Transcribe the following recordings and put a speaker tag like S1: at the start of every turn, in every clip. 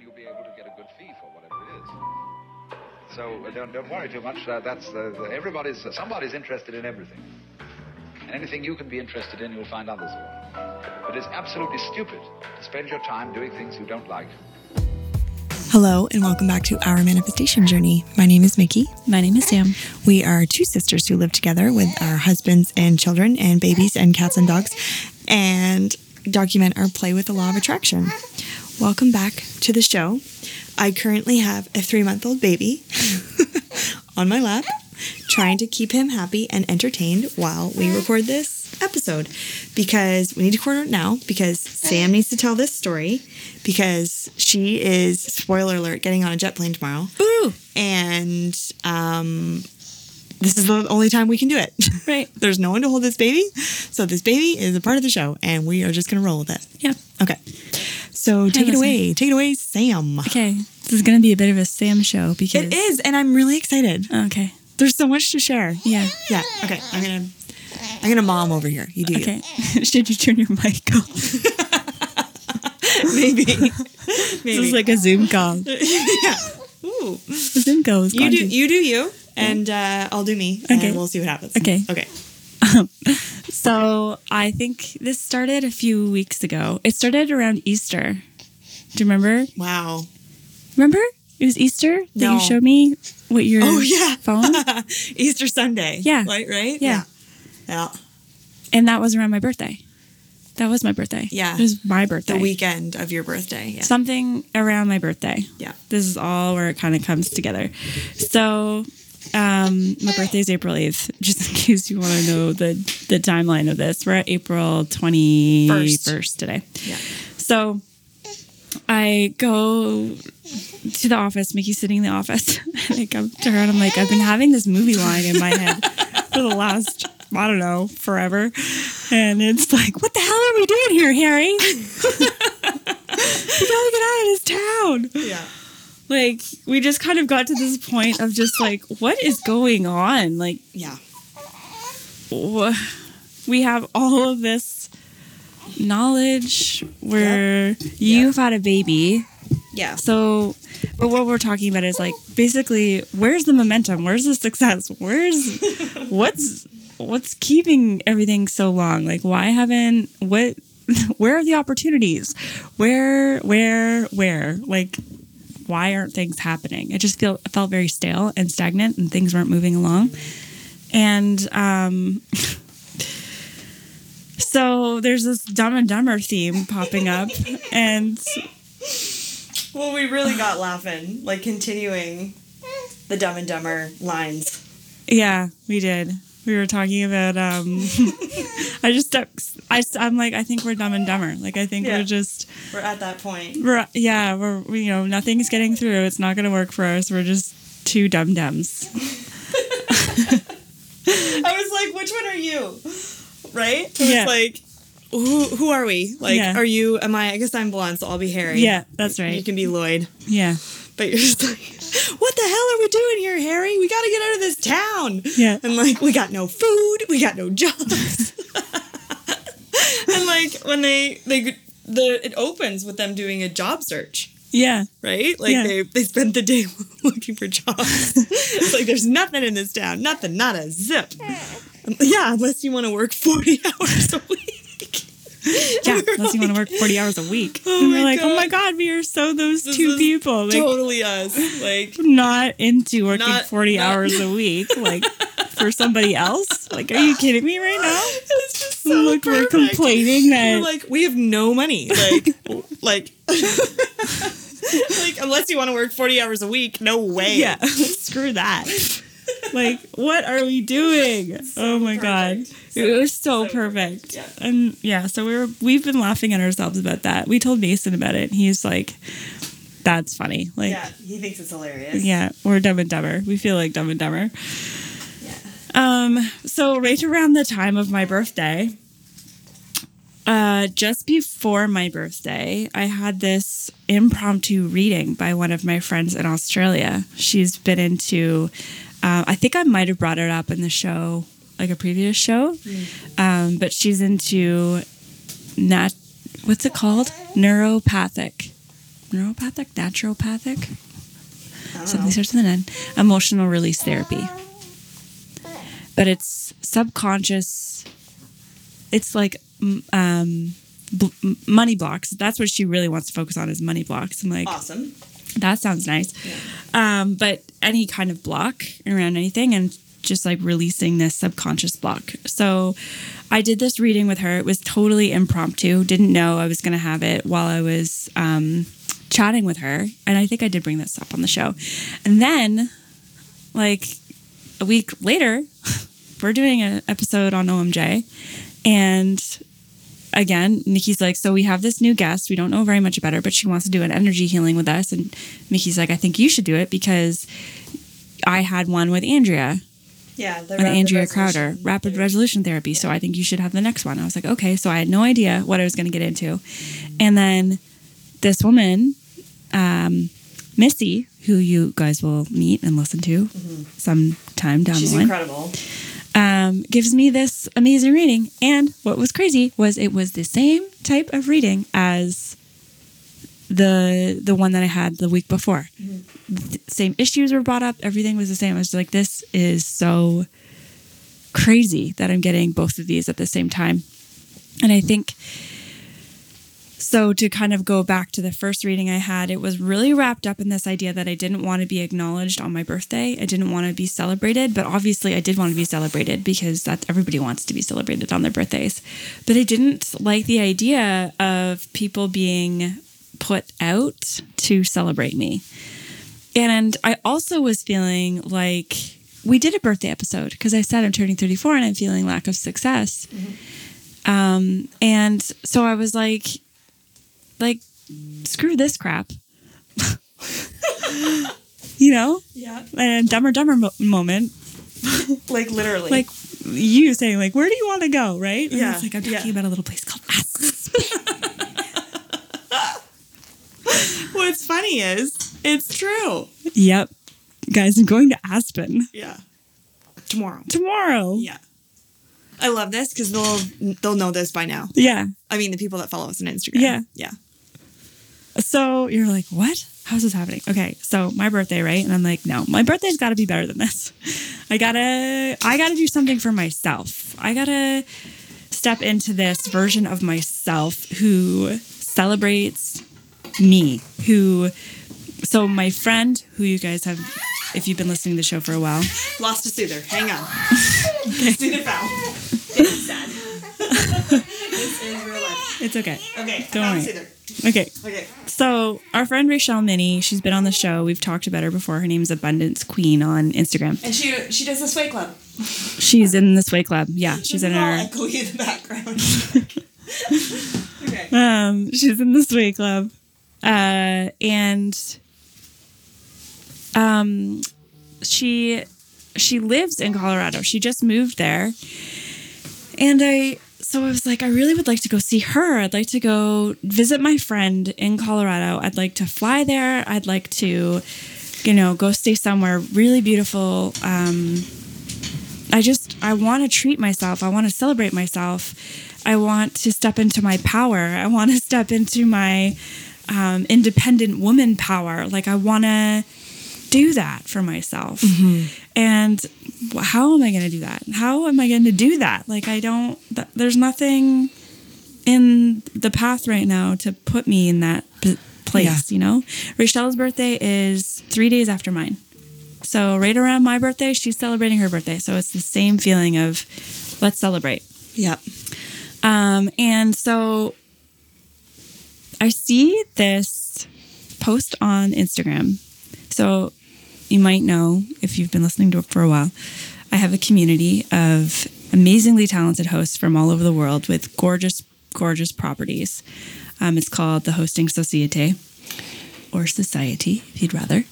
S1: you'll be able to get a good fee for whatever it is. So uh, don't, don't worry too much. Uh, that's uh, the- everybody's somebody's interested in everything. And anything you can be interested in, you'll find others will. But it's absolutely stupid to spend your time doing things you don't like.
S2: Hello, and welcome back to Our Manifestation Journey. My name is Mickey.
S3: My name is Sam.
S2: We are two sisters who live together with our husbands and children, and babies, and cats and dogs, and document our play with the law of attraction. Welcome back to the show. I currently have a three month old baby on my lap, trying to keep him happy and entertained while we record this episode because we need to record it now because Sam needs to tell this story because she is, spoiler alert, getting on a jet plane tomorrow
S3: Ooh,
S2: and um, this is the only time we can do it.
S3: right.
S2: There's no one to hold this baby, so this baby is a part of the show, and we are just gonna roll with it.
S3: Yeah.
S2: Okay, so take it
S3: listen.
S2: away. Take it away, Sam.
S3: Okay. This is going to be a bit of a Sam show because.
S2: It is, and I'm really excited.
S3: Okay.
S2: There's so much to share.
S3: Yeah.
S2: Yeah. Okay, I'm gonna, I'm gonna mom over here. You do. you.
S3: Okay. Should you turn your mic off?
S2: Maybe. Maybe.
S3: This is like a Zoom call. The
S2: yeah. Ooh.
S3: Zoom call is
S2: You
S3: gone
S2: do.
S3: too.
S2: You do you, and uh, I'll do me,
S3: Okay.
S2: and we'll see what happens.
S3: Okay.
S2: Okay.
S3: So I think this started a few weeks ago. It started around Easter. Do you remember?
S2: Wow.
S3: Remember? It was Easter that
S2: No.
S3: you showed me what your
S2: Oh, yeah.
S3: phone.
S2: Easter Sunday.
S3: Yeah.
S2: Right, right?
S3: Yeah.
S2: Yeah. Yeah.
S3: and that was around my birthday. That was my birthday.
S2: Yeah.
S3: It was my
S2: The
S3: birthday.
S2: weekend of your birthday. Yeah.
S3: Something around my birthday.
S2: yeah.
S3: this is all where it kind of comes together. So, um, my birthday's April eighth. Just in case you want to know the the timeline of this, we're at April twenty first today.
S2: Yeah.
S3: So, I go to the office. Mickey's sitting in the office, and I come to her and I'm like, I've been having this movie line in my head for the last. I don't know, forever. And it's like, what the hell are we doing here, Harry? we gotta get out of this town
S2: Yeah.
S3: like we just kind of got to this point of just like what is going on like
S2: Yeah.
S3: wh- we have all of this knowledge where you've had a baby
S2: Yeah.
S3: so but what we're talking about is like basically where's the momentum where's the success where's what's what's keeping everything so long like why haven't what where are the opportunities where where where like why aren't things happening it just feel, felt very stale and stagnant and things weren't moving along and um so there's this dumb and dumber theme popping up and
S2: Well, we really got laughing, like continuing the Dumb and Dumber lines.
S3: Yeah, we did. We were talking about. um I just stuck. I, am like, I think we're dumb and dumber. Like, I think
S2: Yeah.
S3: we're just.
S2: We're at that point.
S3: We're yeah. We're we- you know nothing's getting through. It's not going to work for us. We're just two dum dums.
S2: I was like, which one are you? Right? It was
S3: Yeah.
S2: like, who, who are we? Like,
S3: Yeah.
S2: are you, am I, I guess I'm blonde, so I'll be Harry.
S3: Yeah, that's
S2: You
S3: right.
S2: can be Lloyd.
S3: Yeah,
S2: But you're just like, what the hell are we doing here, Harry? We got to get out of this town.
S3: Yeah.
S2: And like, we got no food. We got no jobs. and like, when they, they, the, it opens with them doing a job search,
S3: yeah,
S2: right? Like
S3: Yeah.
S2: they, they spent the day looking for jobs. it's like, there's nothing in this town. Nothing, not a zip. Um, yeah. Unless you want to work 40 hours a week.
S3: yeah.
S2: We were
S3: Unless you want to work forty hours a week.
S2: Oh
S3: and we're
S2: my
S3: like, oh my
S2: God.
S3: god, we are so those
S2: This
S3: two
S2: is
S3: people. Like,
S2: totally us. Like,
S3: not into working
S2: Not-
S3: forty
S2: not-
S3: hours a week. Like. For somebody else? Like, are you kidding me right now?
S2: it's just so
S3: Look, we're
S2: perfect.
S3: complaining that
S2: We're like, we have no money. Like, like, like, unless you want to work 40 hours a week, no way.
S3: Yeah.
S2: Screw that.
S3: like what are we doing oh my god it was so, perfect, and yeah so we were we've been laughing at ourselves about that we told mason about it and he's like that's funny like yeah,
S2: he thinks it's hilarious.
S3: we're dumb and dumber we feel like dumb and dumber um so right around the time of my birthday uh just before my birthday i had this impromptu reading by one of my friends in australia she's been into uh, I think I might have brought it up in the show, like a previous show. Um, but she's into nat. What's it called? Neuropathic neuropathic, naturopathic.
S2: don't
S3: Something
S2: know.
S3: starts with an N. Emotional release therapy. But it's subconscious. It's like m- um, bl- m- money blocks. That's what she really wants to focus on is money blocks. I'm like,
S2: Awesome.
S3: that sounds nice. Um, but any kind of block around anything and just like releasing this subconscious block. So I did this reading with her. It was totally impromptu. Didn't know I was going to have it while I was um, chatting with her. And I think I did bring this up on the show. And then, like a week later, we're doing an episode on OMJ. And again, Nikki's like, so we have this new guest. We don't know very much about her, but she wants to do an energy healing with us. And Mickey's like, I think you should do it because I had one with Andrea,
S2: Yeah. The
S3: an Andrea Crowder, rapid resolution therapy. So I think you should have the next one. I was like, okay. So I had no idea what I was going to get into. And then this woman, um, Missy, who you guys will meet and listen to sometime down
S2: Mm-hmm. She's
S3: the line
S2: incredible.
S3: um, gives me this amazing reading. And what was crazy was it was the same type of reading as the the one that I had the week before. Th- same issues were brought up. Everything was the same. I was like, this is so crazy that I'm getting both of these at the same time. And I think so to kind of go back to the first reading I had, it was really wrapped up in this idea that I didn't want to be acknowledged on my birthday. I didn't want to be celebrated, but obviously I did want to be celebrated because that's everybody wants to be celebrated on their birthdays. But I didn't like the idea of people being put out to celebrate me. And I also was feeling like we did a birthday episode because I said I'm turning 34 and I'm feeling lack of success. Um, and so I was like, like, screw this crap. you know,
S2: Yeah.
S3: and dumber dumber mo- moment
S2: Like literally.
S3: like you saying like where do you want to go right and
S2: Yeah,
S3: it's like i'm talking
S2: yeah.
S3: about a little place called Aspen.
S2: what's funny is it's true.
S3: yep guys i'm going to aspen
S2: Yeah. Tomorrow.
S3: tomorrow
S2: Yeah. I love this because they'll they'll know this by now.
S3: yeah
S2: I mean, the people that follow us on Instagram.
S3: Yeah.
S2: Yeah.
S3: so you're like what how's this happening okay so my birthday right and i'm like no my birthday's got to be better than this i gotta i gotta do something for myself i gotta step into this version of myself who celebrates me who so my friend who you guys have if you've been listening to the show for a while
S2: Lost a soother. Hang on. Soother foul. this is real life.
S3: It's okay.
S2: Okay.
S3: Don't
S2: found
S3: worry.
S2: Soother.
S3: Okay.
S2: Okay.
S3: So, our friend Rachel Minnie, she's been on the show. We've talked about her before. Her name's Abundance Queen on Instagram.
S2: And she she does the sway club.
S3: She's in the Sway Club. Yeah, she's in
S2: It's all
S3: her.
S2: echoey in the background. okay.
S3: Um, she's in the Sway Club. Uh, and um, she she lives in Colorado. She just moved there. And I so I was like, I really would like to go see her. I'd like to go visit my friend in Colorado. I'd like to fly there. I'd like to, you know, go stay somewhere really beautiful. Um, I just I want to treat myself. I want to celebrate myself. I want to step into my power. I want to step into my um, independent woman power. Like I want to do that for myself. And wh- how am I going to do that? How am I going to do that? Like I don't. Th- there's nothing in the path right now to put me in that p- place. You know, Rachel's birthday is three days after mine. So right around my birthday, she's celebrating her birthday. So it's the same feeling of let's celebrate.
S2: Yep.
S3: Um, and so I see this post on Instagram. So you might know if you've been listening to it for a while, I have a community of amazingly talented hosts from all over the world with gorgeous, gorgeous properties. Um, it's called the Hosting Societe or Society, if you'd rather.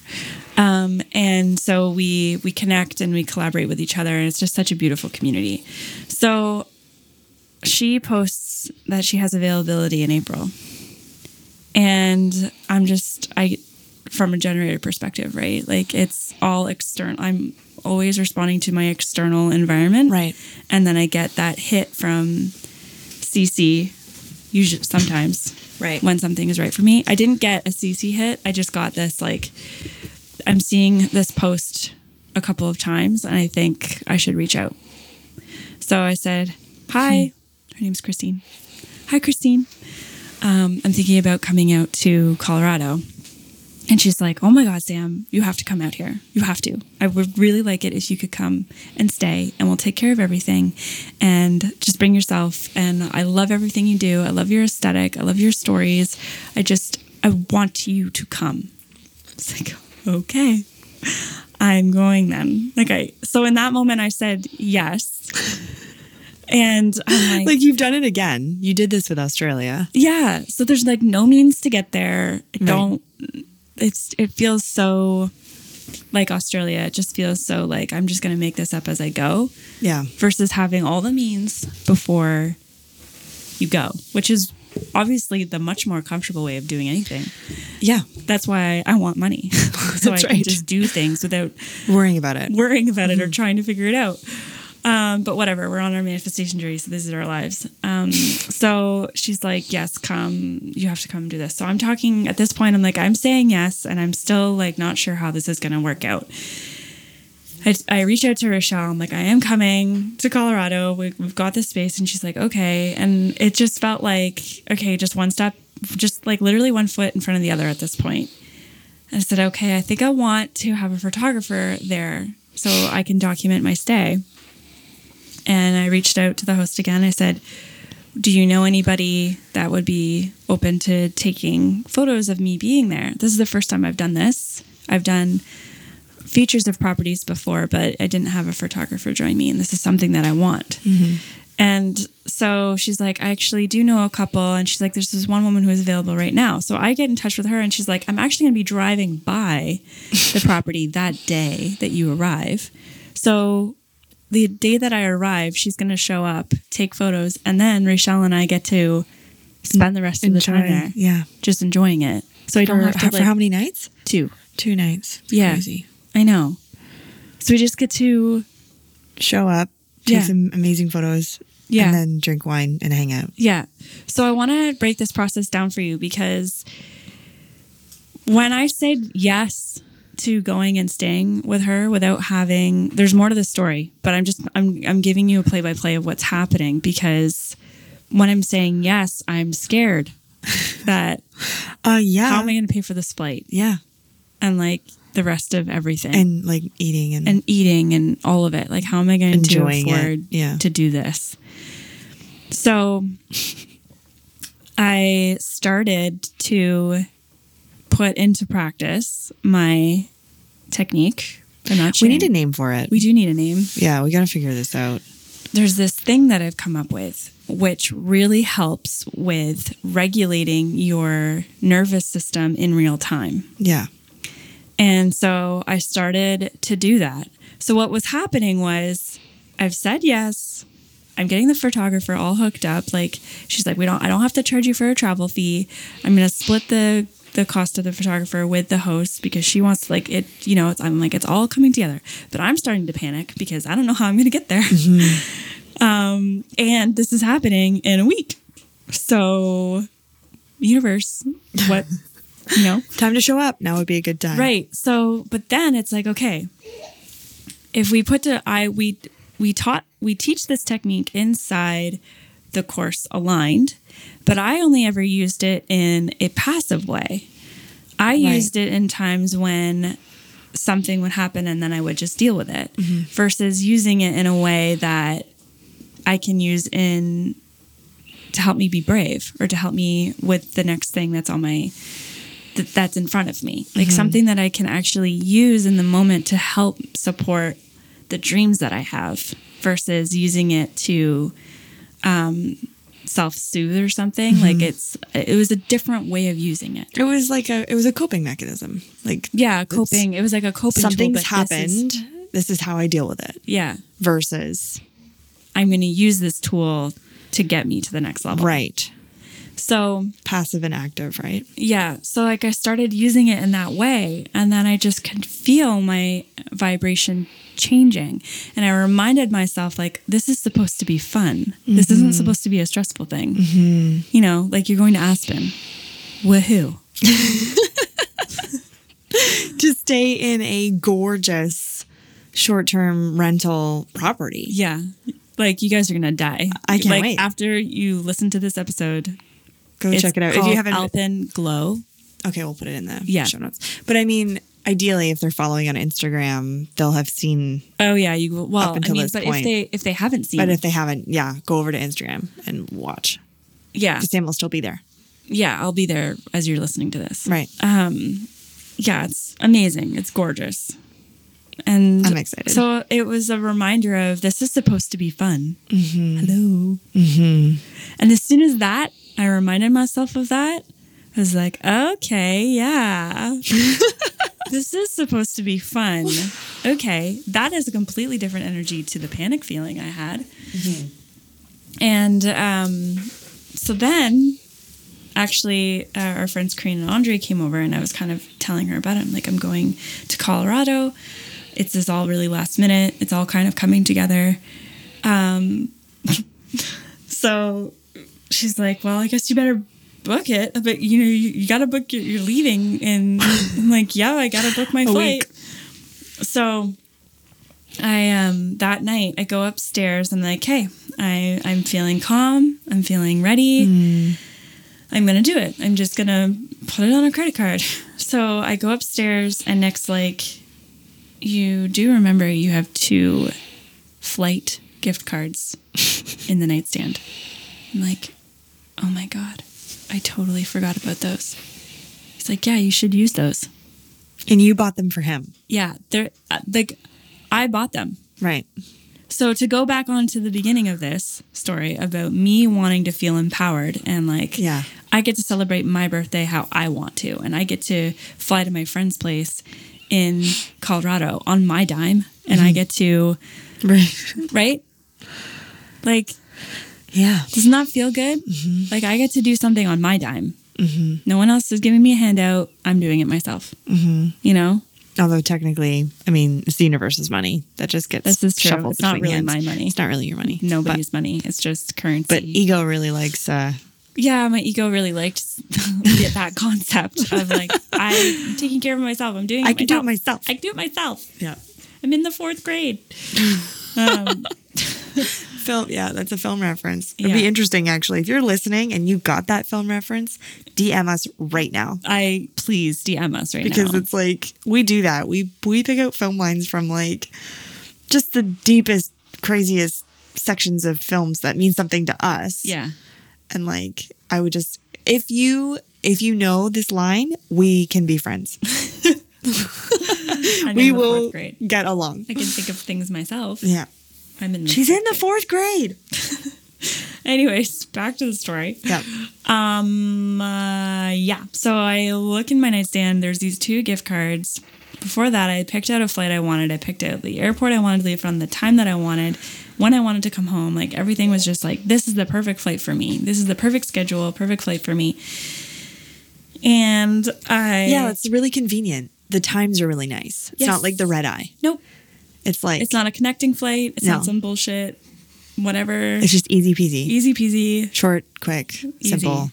S3: Um, and so we we connect and we collaborate with each other, and it's just such a beautiful community. So she posts that she has availability in April. And I'm just I from a generator perspective, right? Like it's all external. I'm always responding to my external environment.
S2: Right.
S3: And then I get that hit from CC usually sometimes
S4: Right.
S3: when something is right for me. I didn't get a CC hit. I just got this like I'm seeing this post a couple of times and I think I should reach out. So I said, "Hi, her name's Christine. Hi, Christine. Um, I'm thinking about coming out to Colorado." And she's like, "Oh my God, Sam, you have to come out here. You have to. I would really like it if you could come and stay, and we'll take care of everything, and just bring yourself. And I love everything you do. I love your aesthetic. I love your stories. I just, I want you to come." It's like, okay, I'm going then. Like I, so in that moment, I said yes, and I'm like,
S2: Like you've done it again. You did this with Australia.
S3: yeah. So there's like no means to get there. I don't. It's it feels so like Australia. It just feels so like I'm just gonna make this up as I go
S2: Yeah.
S3: versus having all the means before you go, which is obviously the much more comfortable way of doing anything.
S2: Yeah.
S3: That's why I want money, so
S2: That's
S3: I can
S2: right.
S3: just do things without
S2: Worrying about it.
S3: worrying about it or trying to figure it out. Um, but whatever, we're on our manifestation journey, so this is our lives. Um, so she's like, "Yes, come. You have to come do this." So I'm talking at this point. I'm like, "I'm saying yes," and I'm still like not sure how this is going to work out. I, I reach out to Rochelle. I'm like, "I am coming to Colorado. We, we've got this space," and she's like, "Okay." And it just felt like, okay, just one step, just like literally one foot in front of the other at this point. I said, okay, I think I want to have a photographer there so I can document my stay. And I reached out to the host again. I said, do you know anybody that would be open to taking photos of me being there? This is the first time I've done this. I've done features of properties before, but I didn't have a photographer join me. And this is something that I want.
S2: Mm-hmm.
S3: And so she's like, I actually do know a couple. And she's like, there's this one woman who is available right now. So I get in touch with her and she's like, I'm actually going to be driving by the property that day that you arrive. So the day that I arrive, she's going to show up, take photos, and then Rachelle and I get to spend the rest of the time there
S2: Yeah.
S3: just enjoying it. So I don't
S2: For,
S3: have to
S2: for
S3: like,
S2: how many nights?
S3: two.
S2: Two nights.
S3: Yeah.
S2: Crazy.
S3: I know. So we just get to
S2: Show up, take
S3: Yeah.
S2: some amazing photos,
S3: Yeah.
S2: and then drink wine and hang out.
S3: Yeah. So I want to break this process down for you because when I said yes to going and staying with her without having there's more to the story, but I'm just I'm I'm giving you a play by play of what's happening because when I'm saying yes, I'm scared that
S2: Uh yeah.
S3: how am I going to pay for this flight
S2: yeah.
S3: and like the rest of everything
S2: And like eating and,
S3: and eating and all of it. Like, how am I going to
S2: Enjoying it,
S3: afford
S2: yeah.
S3: to do this? So I started to put into practice my technique. I'm
S2: we
S3: not sure.
S2: need a name for it.
S3: We do need a name.
S2: yeah, we gotta figure this out.
S3: There's this thing that I've come up with, which really helps with regulating your nervous system in real time.
S2: Yeah.
S3: And so I started to do that. So what was happening was I've said yes. I'm getting the photographer all hooked up. Like she's like, we don't I don't have to charge you for a travel fee. I'm gonna split the the cost of the photographer with the host because she wants like it, you know, it's, I'm like, it's all coming together. But I'm starting to panic because I don't know how I'm gonna get there. um, and this is happening in a week. So universe, what you know,
S2: Time to show up. Now would be a good time.
S3: Right. So, but then it's like, okay, if we put to I we we taught we teach this technique inside the course aligned, but I only ever used it in a passive way. I used it in times when something would happen and then I would just deal with it versus using it in a way that I can use in to help me be brave or to help me with the next thing that's on my that that's in front of me like something that i can actually use in the moment to help support the dreams that i have versus using it to um, self-soothe or something like it's it was a different way of using it
S2: It was like a it was a coping mechanism. Like
S3: yeah coping it was like a coping tool,
S2: something's
S3: but this is-
S2: happened. this is how I deal with it.
S3: yeah
S2: Versus
S3: i'm going to use this tool to get me to the next level
S2: right.
S3: so
S2: Passive and active, right?
S3: yeah so like i started using it in that way and then i just could feel my vibration changing. And I reminded myself, like, this is supposed to be fun. This
S2: Mm-hmm.
S3: isn't supposed to be a stressful thing. You know, like you're going to Aspen. Woohoo.
S2: to stay in a gorgeous short term rental property.
S3: Yeah. Like you guys are gonna die.
S2: I can't
S3: like
S2: wait.
S3: after you listen to this episode,
S2: Go check it out. If you haven't
S3: Alpen Glow.
S2: Okay, we'll put it in the
S3: Yeah.
S2: show notes. But I mean, ideally if they're following on Instagram, they'll have seen
S3: Oh yeah, you will- well.
S2: Up until
S3: I mean,
S2: this
S3: but
S2: point.
S3: if they if they haven't seen,
S2: but
S3: it,
S2: if they haven't, yeah, go over to Instagram and watch.
S3: yeah,
S2: Because Sam will still be there. Uh,
S3: yeah, I'll be there as you're listening to this.
S2: Right.
S3: Yeah, it's amazing. It's gorgeous, and
S2: I'm excited.
S3: So it was a reminder of this is supposed to be fun.
S2: Mm-hmm.
S3: Hello. And as soon as that, I reminded myself of that. I was like, okay, yeah, this is supposed to be fun. Okay, that is a completely different energy to the panic feeling I had.
S2: Mm-hmm.
S3: And um, so then, actually, uh, our friends Corinne and Andre came over, and I was kind of telling her about it. I'm like, I'm going to Colorado. It's this all really last minute. It's all kind of coming together. Um, so she's like, Well, I guess you better book it. Uh, But you know, you, you got to book your, you're leaving. And I'm like, Yeah, I got to book my flight.
S2: week.
S3: So I um that night I go upstairs. I'm like, hey, I I'm feeling calm. I'm feeling ready. I'm gonna do it. I'm just gonna put it on a credit card. So I go upstairs, and next like, you do remember you have two flight gift cards in the nightstand. I'm like, oh my god, I totally forgot about those. He's like, yeah, you should use those.
S2: and you bought them for him.
S3: Yeah, they're uh, like, I bought them.
S2: Right.
S3: So to go back on to the beginning of this story about me wanting to feel empowered and like
S2: Yeah.
S3: I get to celebrate my birthday how I want to and I get to fly to my friend's place in Colorado on my dime and
S2: Mm-hmm.
S3: I get to
S2: Right.
S3: right? Like
S2: Yeah.
S3: does not feel good.
S2: Mm-hmm.
S3: Like I get to do something on my dime. No one else is giving me a handout. I'm doing it myself.
S2: Mm-hmm.
S3: You know,
S2: Although technically, I mean, it's the universe's money that just gets
S3: This is true.
S2: shuffled
S3: It's not
S2: between
S3: really
S2: hands.
S3: my money.
S2: It's not really your money.
S3: nobody's money. It's just currency.
S2: But, but ego really likes. uh
S3: yeah, my ego really liked that that concept of like I'm taking care of myself. I'm doing. It
S2: I can do it myself.
S3: I can do it myself.
S2: Yeah.
S3: I'm in the fourth grade. Um,
S2: Film. Yeah, that's a film reference. It'd be
S3: Yeah.
S2: interesting actually if you're listening and you got that film reference. DM us right now
S3: I please DM us right
S2: because
S3: now.
S2: it's like we do that. We we pick out film lines from like just the deepest, craziest sections of films that mean something to us.
S3: yeah,
S2: and like I would just if you if you know this line, we can be friends.
S3: I'm
S2: we
S3: in the
S2: will
S3: fourth grade.
S2: get along.
S3: I can think of things myself.
S2: Yeah.
S3: I'm in. The
S2: She's in the fourth grade.
S3: Anyways, back to the story.
S2: Yeah.
S3: Um, uh, yeah. So I look in my nightstand. There's these two gift cards. Before that, I picked out a flight I wanted. I picked out the airport I wanted to leave from, the time that I wanted, when I wanted to come home. Like everything was just like, this is the perfect flight for me. This is the perfect schedule, perfect flight for me. And I
S2: Yeah, it's really convenient. The times are really nice. It's
S3: Yes.
S2: not like the red eye.
S3: nope.
S2: It's like
S3: It's
S2: it's,
S3: not a connecting flight. It's
S2: No.
S3: not some bullshit. Whatever.
S2: just easy peasy.
S3: Easy peasy.
S2: Short, quick,
S3: Easy.
S2: simple,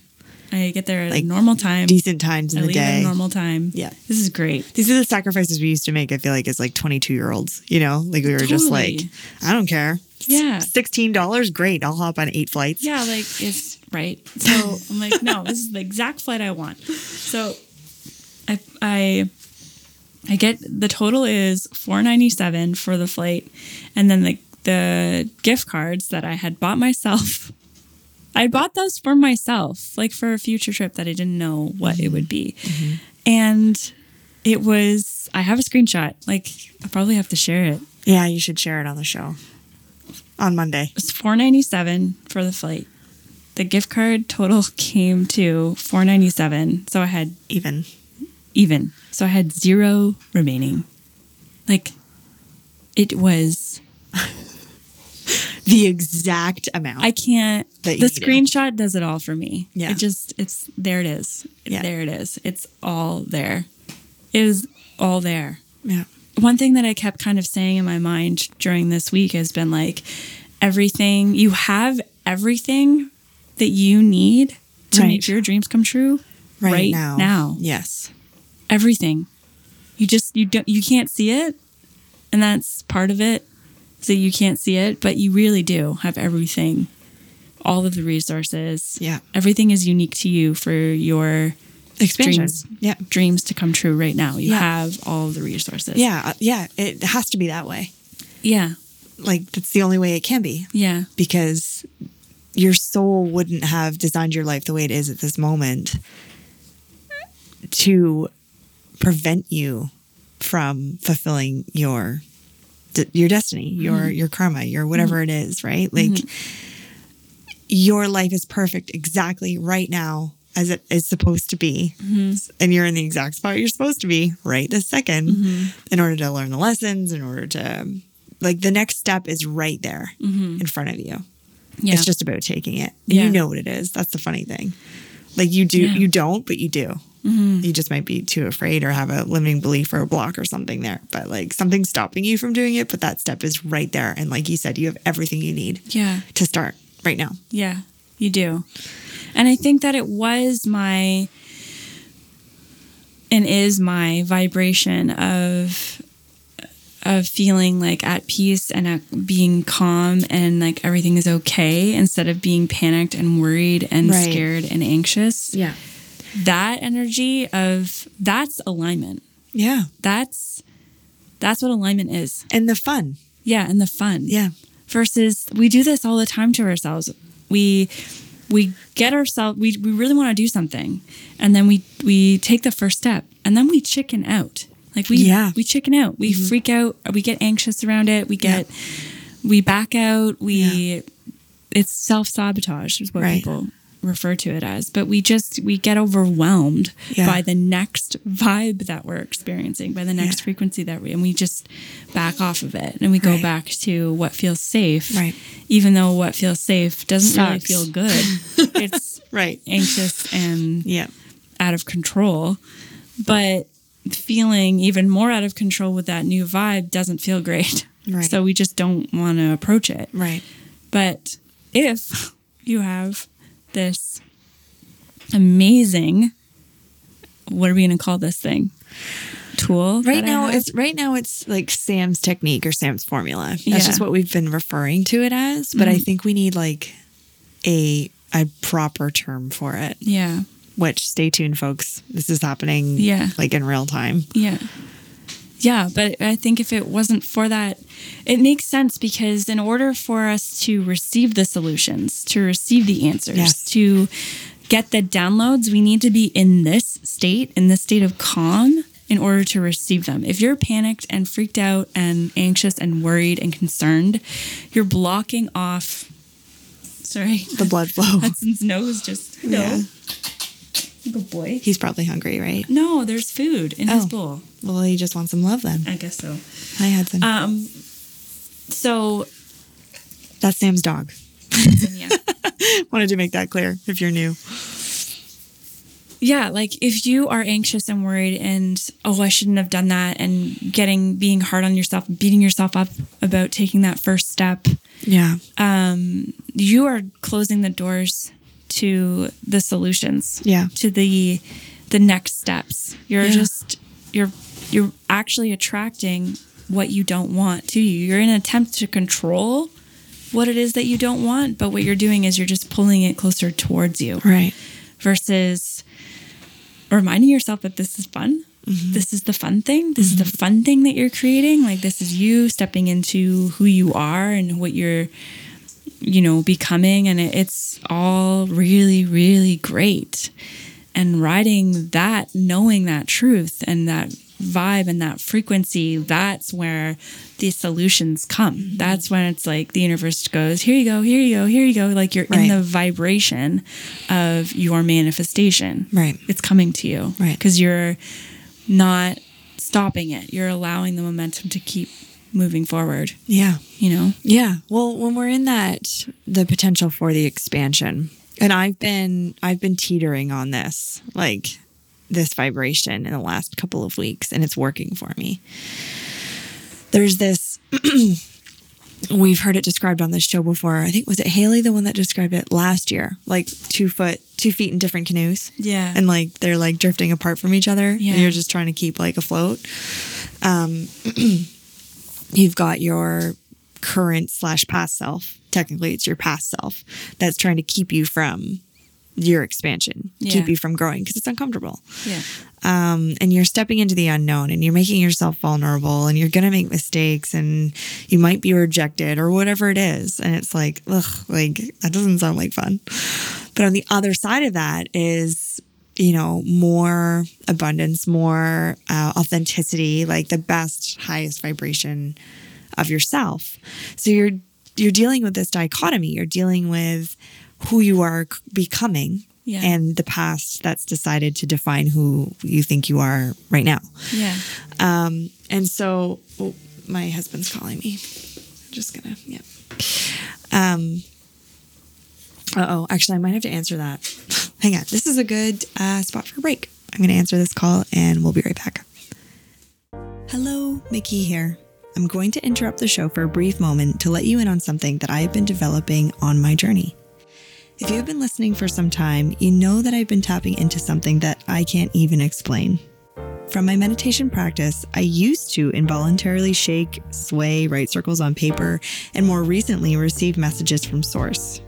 S3: I get there at
S2: Like,
S3: a normal time.
S2: decent times in
S3: I
S2: the
S3: leave at
S2: day.
S3: a normal time.
S2: Yeah.
S3: This is great.
S2: These are the sacrifices we used to make, I feel like, as like 22 year olds, you know? Like we were just like,
S3: Totally.
S2: I don't care.
S3: Yeah.
S2: $16, great. I'll hop on eight flights.
S3: Yeah, like it's right. So I'm like, no, this is the exact flight I want. So I I I get the total is four ninety seven for the flight, and then the the gift cards that I had bought myself. I bought those for myself, like for a future trip that I didn't know what it would be, and it was. I have a screenshot. Like I probably have to share it.
S2: Yeah, you should share it on the show on Monday.
S3: It was four ninety seven for the flight. The gift card total came to four ninety seven, so I had
S2: Even
S3: even. So I had zero remaining. Like it was.
S2: the exact amount.
S3: I can't.
S2: That
S3: The
S2: you needed.
S3: screenshot does it all for me.
S2: Yeah.
S3: It just it's there. It is.
S2: Yeah.
S3: There it is. It's all there. It is all there.
S2: yeah.
S3: one thing that I kept kind of saying in my mind during this week has been like everything you have everything that you need to
S2: Right.
S3: make your dreams come true
S2: right,
S3: right,
S2: now.
S3: now.
S2: Yes.
S3: Everything. You just you don't you can't see it and that's part of it. So you can't see it, but you really do have everything. All of the resources.
S2: Yeah.
S3: Everything is unique to you for your
S2: Expansions.
S3: Dreams.
S2: Yeah.
S3: dreams to come true right now. You
S2: Yeah.
S3: have all of the resources.
S2: Yeah. uh, Yeah. It has to be that way.
S3: Yeah.
S2: Like that's the only way it can be
S3: Yeah.
S2: because your soul wouldn't have designed your life the way it is at this moment to prevent you from fulfilling your de- your destiny, your your karma, your whatever it is, right? Like your life is perfect exactly right now as it is supposed to be. And you're in the exact spot you're supposed to be right this 2nd in order to learn the lessons, in order to like the next step is right there in front of you.
S3: Yeah.
S2: It's just about taking it. And
S3: Yeah.
S2: You know what it is. That's the funny thing. Like you do,
S3: Yeah. Mm-hmm.
S2: you don't, but you do. You just might be too afraid or have a limiting belief or a block or something there. But like something's stopping you from doing it. But that step is right there. And like you said, you have everything you need
S3: yeah.
S2: to start right now.
S3: Yeah, you do. And I think that it was my and is my vibration of of feeling like at peace and at being calm and like everything is okay instead of being panicked and worried and
S2: Right.
S3: scared and anxious.
S2: Yeah.
S3: That energy of that's alignment.
S2: Yeah.
S3: That's that's what alignment is.
S2: And the fun.
S3: Yeah, and the fun
S2: Yeah.
S3: versus we do this all the time to ourselves. We we get ourselves we, we really want to do something and then we we take the first step and then we chicken out. Like we
S2: Yeah. Mm-hmm.
S3: we chicken out. We freak out, we get anxious around it, we get we back out, we it's self-sabotage is what
S2: Right.
S3: people refer to it as. But we just we get overwhelmed
S2: Yeah.
S3: by the next vibe that we're experiencing, by the next
S2: Yeah.
S3: frequency that we and we just back off of it and we go
S2: Right.
S3: back to what feels safe
S2: Right.
S3: even though what feels safe doesn't really
S2: Sucks.
S3: feel good. it's
S2: Right.
S3: anxious and
S2: Yeah.
S3: out of control. But feeling even more out of control with that new vibe doesn't feel great.
S2: Right.
S3: So we just don't want to approach it.
S2: Right.
S3: But if you have this amazing, what are we going to call this thing? Tool.
S2: Right
S3: that I
S2: now,
S3: have?
S2: it's right now it's like Sam's technique or Sam's formula. That's
S3: Yeah. Mm-hmm.
S2: just what we've been referring to it as. But I think we need like a a proper term for it.
S3: yeah.
S2: Which stay tuned, folks. This is happening.
S3: Yeah.
S2: Like in real time.
S3: Yeah. Yeah, but I think if it wasn't for that, it makes sense because in order for us to receive the solutions, to receive the answers,
S2: Yes.
S3: to get the downloads, we need to be in this state, in this state of calm in order to receive them. If you're panicked and freaked out and anxious and worried and concerned, you're blocking off Sorry.
S2: The blood flow.
S3: Hudson's nose just no.
S2: Yeah.
S3: Good boy.
S2: He's probably hungry, right?
S3: No, there's food in his
S2: Oh.
S3: bowl.
S2: Well, he just wants some love then.
S3: I guess so.
S2: Hi, Hudson.
S3: Um, so
S2: That's Sam's dog.
S3: yeah,
S2: Wanted to make that clear if you're new.
S3: yeah. Like if you are anxious and worried, and oh, I shouldn't have done that, and getting being hard on yourself, beating yourself up about taking that first step,
S2: Yeah.
S3: um, you are closing the doors to the solutions.
S2: Yeah.
S3: To the the next steps. You're
S2: Yeah.
S3: just you're you're actually attracting what you don't want to you. You're in an attempt to control what it is that you don't want, but what you're doing is you're just pulling it closer towards you
S2: Right.
S3: versus reminding yourself that this is fun.
S2: Mm-hmm.
S3: This is the fun thing. This is the fun thing that you're creating. Like this is you stepping into who you are and what you're you know becoming and it, it's all really really great. And riding that knowing that truth and that vibe and that frequency that's where the solutions come.
S2: Mm-hmm.
S3: That's when it's like the universe goes, here you go, here you go, here you go like you're in
S2: Right.
S3: the vibration of your manifestation.
S2: Right.
S3: It's coming to you.
S2: Right.
S3: Because you're not stopping it. You're allowing the momentum to keep moving forward,
S2: Yeah.
S3: you know?
S2: Yeah. Well, when we're in that the potential for the expansion. And I've been I've been teetering on this, like this vibration in the last couple of weeks and it's working for me. there's this we've heard it described on this show before. I think was it Haley the one that described it last year? Like two foot, two feet in different canoes.
S3: Yeah.
S2: and like they're like drifting apart from each other.
S3: Yeah.
S2: and you're just trying to keep like afloat. Um, you've got your current slash past self. Technically, it's your past self that's trying to keep you from your expansion,
S3: Yeah.
S2: keep you from growing because it's uncomfortable
S3: Yeah.
S2: um, and you're stepping into the unknown and you're making yourself vulnerable and you're going to make mistakes and you might be rejected or whatever it is. And it's like, ugh, like that doesn't sound like fun. But on the other side of that is, you know, more abundance, more uh, authenticity, like the best, highest vibration of yourself. So you're you're dealing with this dichotomy. You're dealing with who you are c- becoming
S3: Yeah.
S2: and the past that's decided to define who you think you are right now.
S3: Yeah.
S2: Um, and so oh, my husband's calling me. I'm just gonna, yeah. Um, uh oh, actually, I might have to answer that. Hang on. This is a good uh, spot for a break. I'm gonna answer this call and we'll be right back. Hello, Mickey here. I'm going to interrupt the show for a brief moment to let you in on something that I have been developing on my journey. If you've been listening for some time, you know that I've been tapping into something that I can't even explain. From my meditation practice, I used to involuntarily shake, sway, write circles on paper, and more recently receive messages from Source.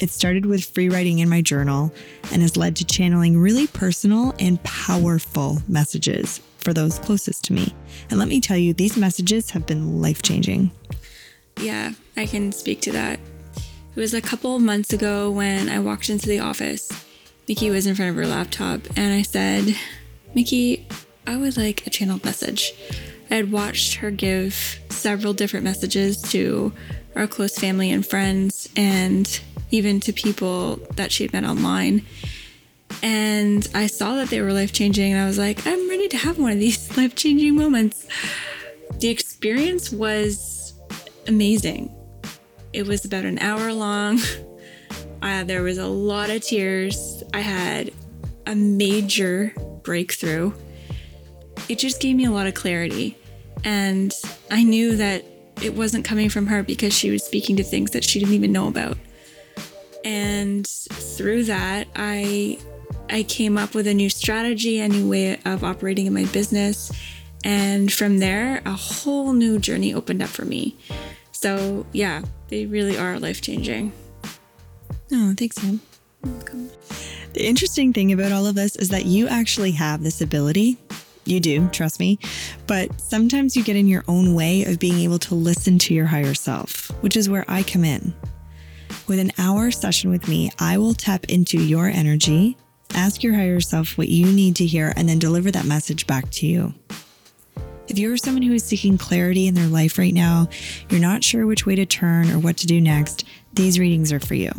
S2: It started with free writing in my journal and has led to channeling really personal and powerful messages for those closest to me. And let me tell you, these messages have been life changing.
S4: Yeah, I can speak to that. It was a couple of months ago when I walked into the office. Mickey was in front of her laptop, and I said, Mickey, I would like a channeled message. I had watched her give several different messages to our close family and friends, and even to people that she'd met online. And I saw that they were life changing, and I was like, I'm ready to have one of these life changing moments. The experience was amazing. It was about an hour long. Uh, there was a lot of tears. I had a major breakthrough. It just gave me a lot of clarity. And I knew that it wasn't coming from her because she was speaking to things that she didn't even know about. And through that, I I came up with a new strategy, a new way of operating in my business. And from there, a whole new journey opened up for me. So, yeah, they really are life changing.
S2: Oh, thanks, Sam. The interesting thing about all of this is that you actually have this ability. You do, trust me. But sometimes you get in your own way of being able to listen to your higher self, which is where I come in. With an hour session with me, I will tap into your energy, ask your higher self what you need to hear, and then deliver that message back to you. If you're someone who is seeking clarity in their life right now, you're not sure which way to turn or what to do next, these readings are for you.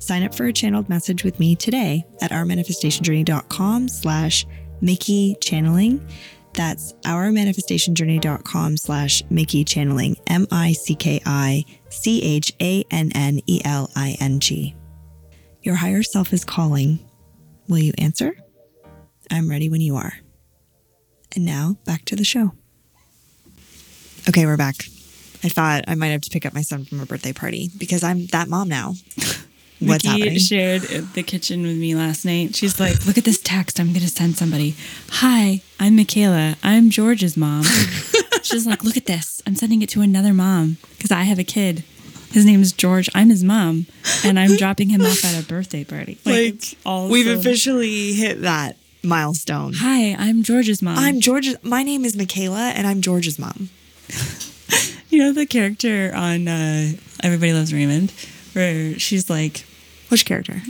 S2: Sign up for a channeled message with me today at ourmanifestationjourney.com slash Mickey Channeling. That's ourmanifestationjourney.com slash Mickey Channeling, E M-I-C-K-I-C-H-A-N-N-E-L-I-N-G. Your higher self is calling. Will you answer? I'm ready when you are. And now back to the show. Okay, we're back. I thought I might have to pick up my son from a birthday party because I'm that mom now. What's
S3: Mickey
S2: happening?
S3: shared the kitchen with me last night. She's like, "Look at this text. I'm gonna send somebody. Hi, I'm Michaela. I'm George's mom." She's like, "Look at this. I'm sending it to another mom because I have a kid. His name is George. I'm his mom, and I'm dropping him off at a birthday party. it's
S2: like we've
S3: so-
S2: officially hit that milestone.
S3: Hi, I'm George's mom.
S2: I'm George's. My name is Michaela, and I'm George's mom.
S3: you know the character on uh, Everybody Loves Raymond, where she's like,
S2: Which character?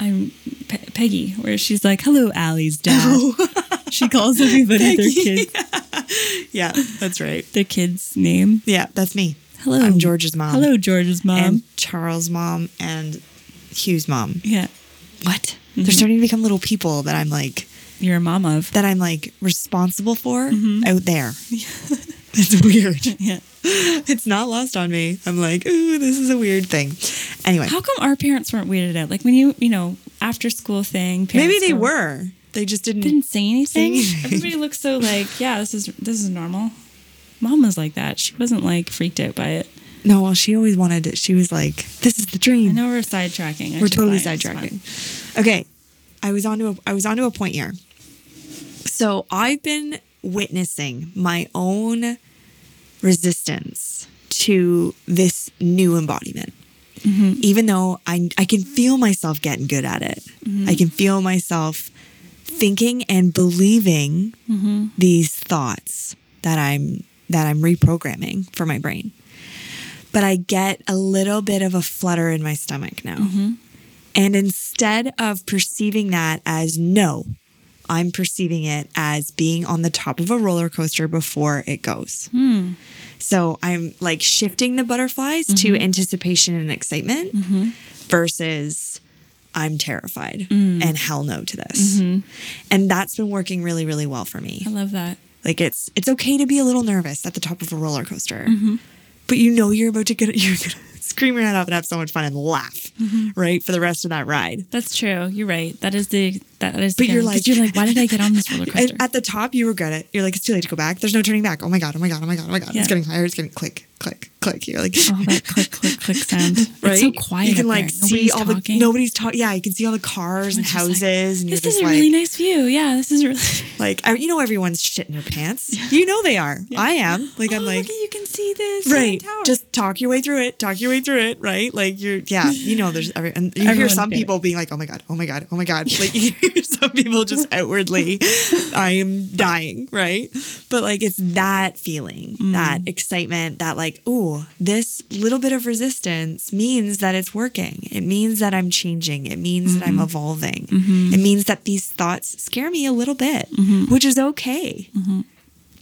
S3: I'm Pe- Peggy, where she's like, "Hello, Allie's dad."
S2: Oh.
S3: she calls everybody their kids,
S2: Yeah, that's right.
S3: their kid's name.
S2: Yeah, that's me.
S3: Hello,
S2: I'm George's mom.
S3: Hello, George's mom.
S2: and Charles' mom and Hugh's mom.
S3: yeah,
S2: What? Mm-hmm. They're starting to become little people that I'm like
S3: you're a mom of.
S2: that I'm like responsible for out there. it's weird.
S3: Yeah.
S2: It's not lost on me. I'm like, ooh, this is a weird thing. Anyway,
S3: How come our parents weren't weirded out? Like when you, you know, after school thing. Parents
S2: maybe they
S3: go-
S2: were. They just didn't
S3: Didn't say anything.
S2: Say anything.
S3: Everybody looks so like, yeah, this is this is normal. mom was like that. She wasn't like freaked out by it.
S2: No, well, she always wanted it. She was like, "This is the dream."
S3: I know we're sidetracking. I
S2: We're
S3: should
S2: totally
S3: buy it. It's fine.
S2: sidetracking. Okay, I was onto a, I was onto a point here. So I've been witnessing my own resistance to this new embodiment,
S3: Mm-hmm.
S2: even though I I can feel myself getting good at it.
S3: Mm-hmm.
S2: I can feel myself thinking and believing
S3: Mm-hmm.
S2: these thoughts that I'm that I'm reprogramming for my brain. But I get a little bit of a flutter in my stomach now. And instead of perceiving that as no, I'm perceiving it as being on the top of a roller coaster before it goes. So I'm like shifting the butterflies to anticipation and excitement versus I'm terrified and hell no to this. And that's been working really, really well for me.
S3: I love that.
S2: Like it's it's okay to be a little nervous at the top of a roller coaster,
S3: Mm-hmm.
S2: but you know you're about to get you're gonna scream your head off and have so much fun and laugh,
S3: Mm-hmm.
S2: right, for the rest of that ride.
S3: That's true. You're right. That is the that is.
S2: But
S3: the
S2: you're
S3: feeling. 'Cause
S2: like-
S3: you're like, why did I get on this roller coaster?
S2: At, at the top, you regret it. You're like, it's too late to go back. There's no turning back. Oh my god! Oh my god! Oh my god! Oh my god!
S3: Yeah.
S2: It's getting higher. It's getting click, click, click. You're like,
S3: All that click click click sound.
S2: right?
S3: It's so quiet.
S2: You can
S3: up
S2: like
S3: there.
S2: see
S3: Nobody's
S2: all
S3: talking.
S2: the nobody's talking. Yeah, you can see all the cars and
S3: Everyone's just like,
S2: houses, and you're
S3: This
S2: just
S3: is a
S2: like,
S3: really nice view. Yeah, this is really. Oh,
S2: like I, you know, everyone's shitting their pants. You know they are. I am. Like I'm
S3: Oh,
S2: like,
S3: look, you can see this
S2: right
S3: tower.
S2: just talk your way through it talk your way through it right like you're yeah you know there's every and you hear
S3: Everyone's
S2: some
S3: did it.
S2: people being like oh my god oh my god oh my god like you hear some people just outwardly i am dying right but like it's that feeling that
S3: Mm.
S2: excitement that like oh this little bit of resistance means that it's working it means that i'm changing it means that i'm
S3: Mm-hmm.
S2: evolving it means that these thoughts scare me a little bit
S3: Mm-hmm.
S2: which is okay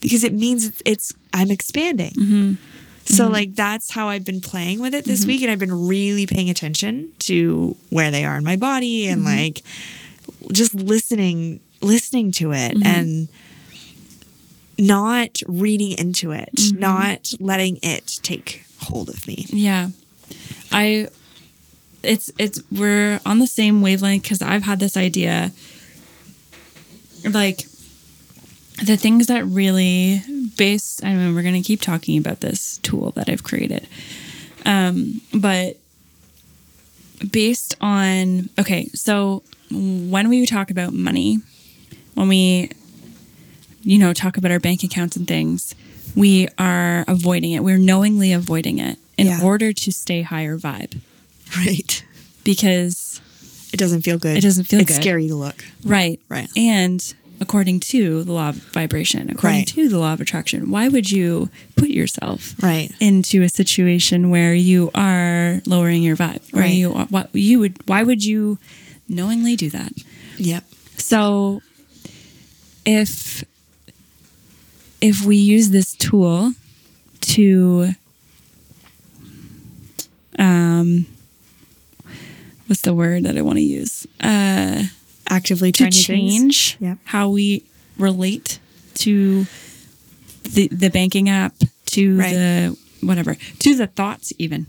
S2: because it means it's, it's I'm expanding. So
S3: Mm-hmm.
S2: like that's how I've been playing with it this week, and I've been really paying attention to where they are in my body and
S3: Mm-hmm.
S2: like just listening, listening to it,
S3: Mm-hmm.
S2: and not reading into it,
S3: Mm-hmm.
S2: not letting it take hold of me.
S3: Yeah. I it's it's we're on the same wavelength cuz I've had this idea like the things that really base I mean we're going to keep talking about this tool that I've created. Um but based on okay, so when we talk about money, when we you know, talk about our bank accounts and things, we are avoiding it. We're knowingly avoiding it in
S2: Yeah.
S3: order to stay higher vibe
S2: Right?
S3: because,
S2: It doesn't feel good.
S3: It doesn't feel
S2: it's
S3: good.
S2: scary to look.
S3: right,
S2: Right.
S3: And according to the law of vibration, according
S2: Right.
S3: to the law of attraction, why would you put yourself
S2: Right.
S3: into a situation where you are lowering your vibe? Or
S2: Right.
S3: you, what you would, why would you knowingly do that?
S2: Yep.
S3: So if if we use this tool to um what's the word that I want to use?
S2: Actively
S3: To
S2: trying new things.
S3: change
S2: Yep.
S3: how we relate to the the banking app, to
S2: Right.
S3: the whatever, to the thoughts even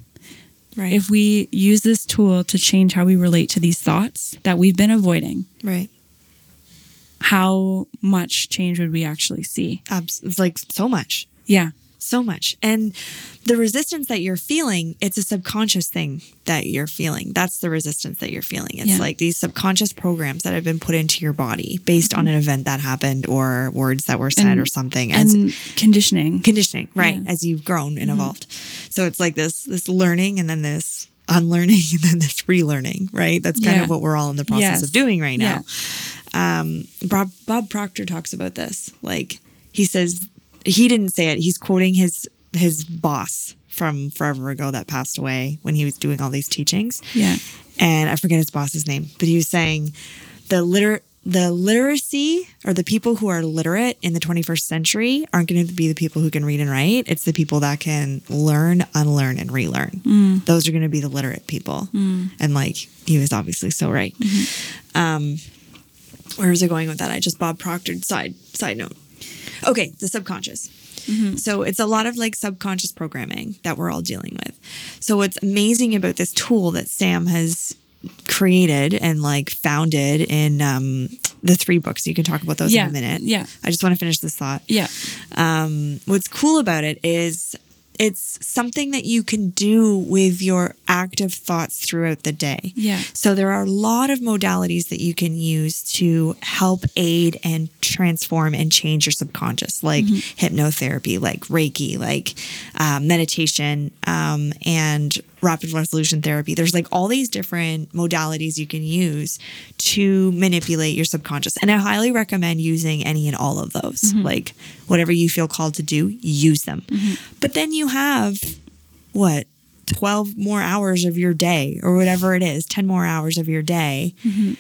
S2: Right.
S3: if we use this tool to change how we relate to these thoughts that we've been avoiding
S2: right.
S3: how much change would we actually see?
S2: Abs- it's like so much.
S3: Yeah.
S2: so much and the resistance that you're feeling it's a subconscious thing that you're feeling that's the resistance that you're feeling it's
S3: Yeah.
S2: like these subconscious programs that have been put into your body based on
S3: Mm-hmm.
S2: an event that happened or words that were said or something as
S3: And conditioning.
S2: conditioning right
S3: Yeah. Mm-hmm.
S2: as you've grown and evolved so it's like this this learning and then this unlearning and then this relearning right that's kind
S3: Yeah.
S2: of what we're all in the process
S3: Yes.
S2: of doing right now um, Bob, Bob Proctor talks about this. Like he says, he didn't say it. He's quoting his his boss from forever ago that passed away when he was doing all these teachings.
S3: Yeah.
S2: and I forget his boss's name, but he was saying the liter the literacy or the people who are literate in the 21st century aren't going to be the people who can read and write. It's the people that can learn, unlearn, and relearn. Those are going to be the literate people. And like he was obviously so right. Um, where was I going with that? I just Bob Proctored side side note. Okay, the subconscious.
S3: Mm-hmm.
S2: So it's a lot of like subconscious programming that we're all dealing with. So what's amazing about this tool that Sam has created and like founded in um, the three books. You can talk about those
S3: Yeah,
S2: in a minute.
S3: yeah.
S2: I just want to finish this thought.
S3: Yeah.
S2: Um, what's cool about it is it's something that you can do with your active thoughts throughout the day.
S3: Yeah.
S2: So there are a lot of modalities that you can use to help aid and transform and change your subconscious, like hypnotherapy, like Reiki, like um, meditation, um, and rapid resolution therapy. There's like all these different modalities you can use to manipulate your subconscious. And I highly recommend using any and all of those. Like whatever you feel called to do, use them. But then you have what 12 more hours of your day or whatever it is 10 more hours of your day
S3: Mm-hmm.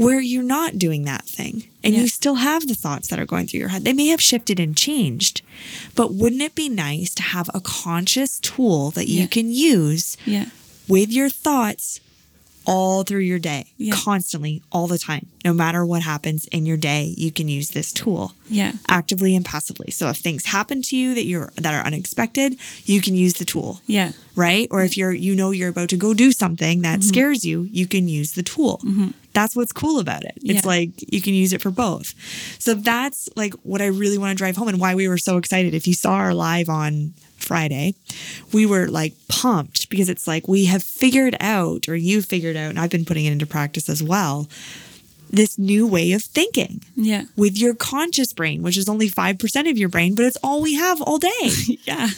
S2: where you're not doing that thing and you still have the thoughts that are going through your head they may have shifted and changed but wouldn't it be nice to have a conscious tool that you
S3: Yeah.
S2: can use
S3: Yeah.
S2: with your thoughts all through your day
S3: Yeah.
S2: constantly all the time no matter what happens in your day you can use this tool
S3: Yeah.
S2: actively and passively so if things happen to you that you're that are unexpected you can use the tool
S3: Yeah.
S2: right? Or if you're you know you're about to go do something that scares you, you can use the tool. That's what's cool about it.
S3: Yeah.
S2: It's like you can use it for both. So that's like what I really want to drive home and why we were so excited. If you saw our live on Friday, we were like pumped because it's like we have figured out or you figured out and I've been putting it into practice as well. This new way of thinking
S3: Yeah.
S2: with your conscious brain, which is only 5% of your brain, but it's all we have all day.
S3: Yeah.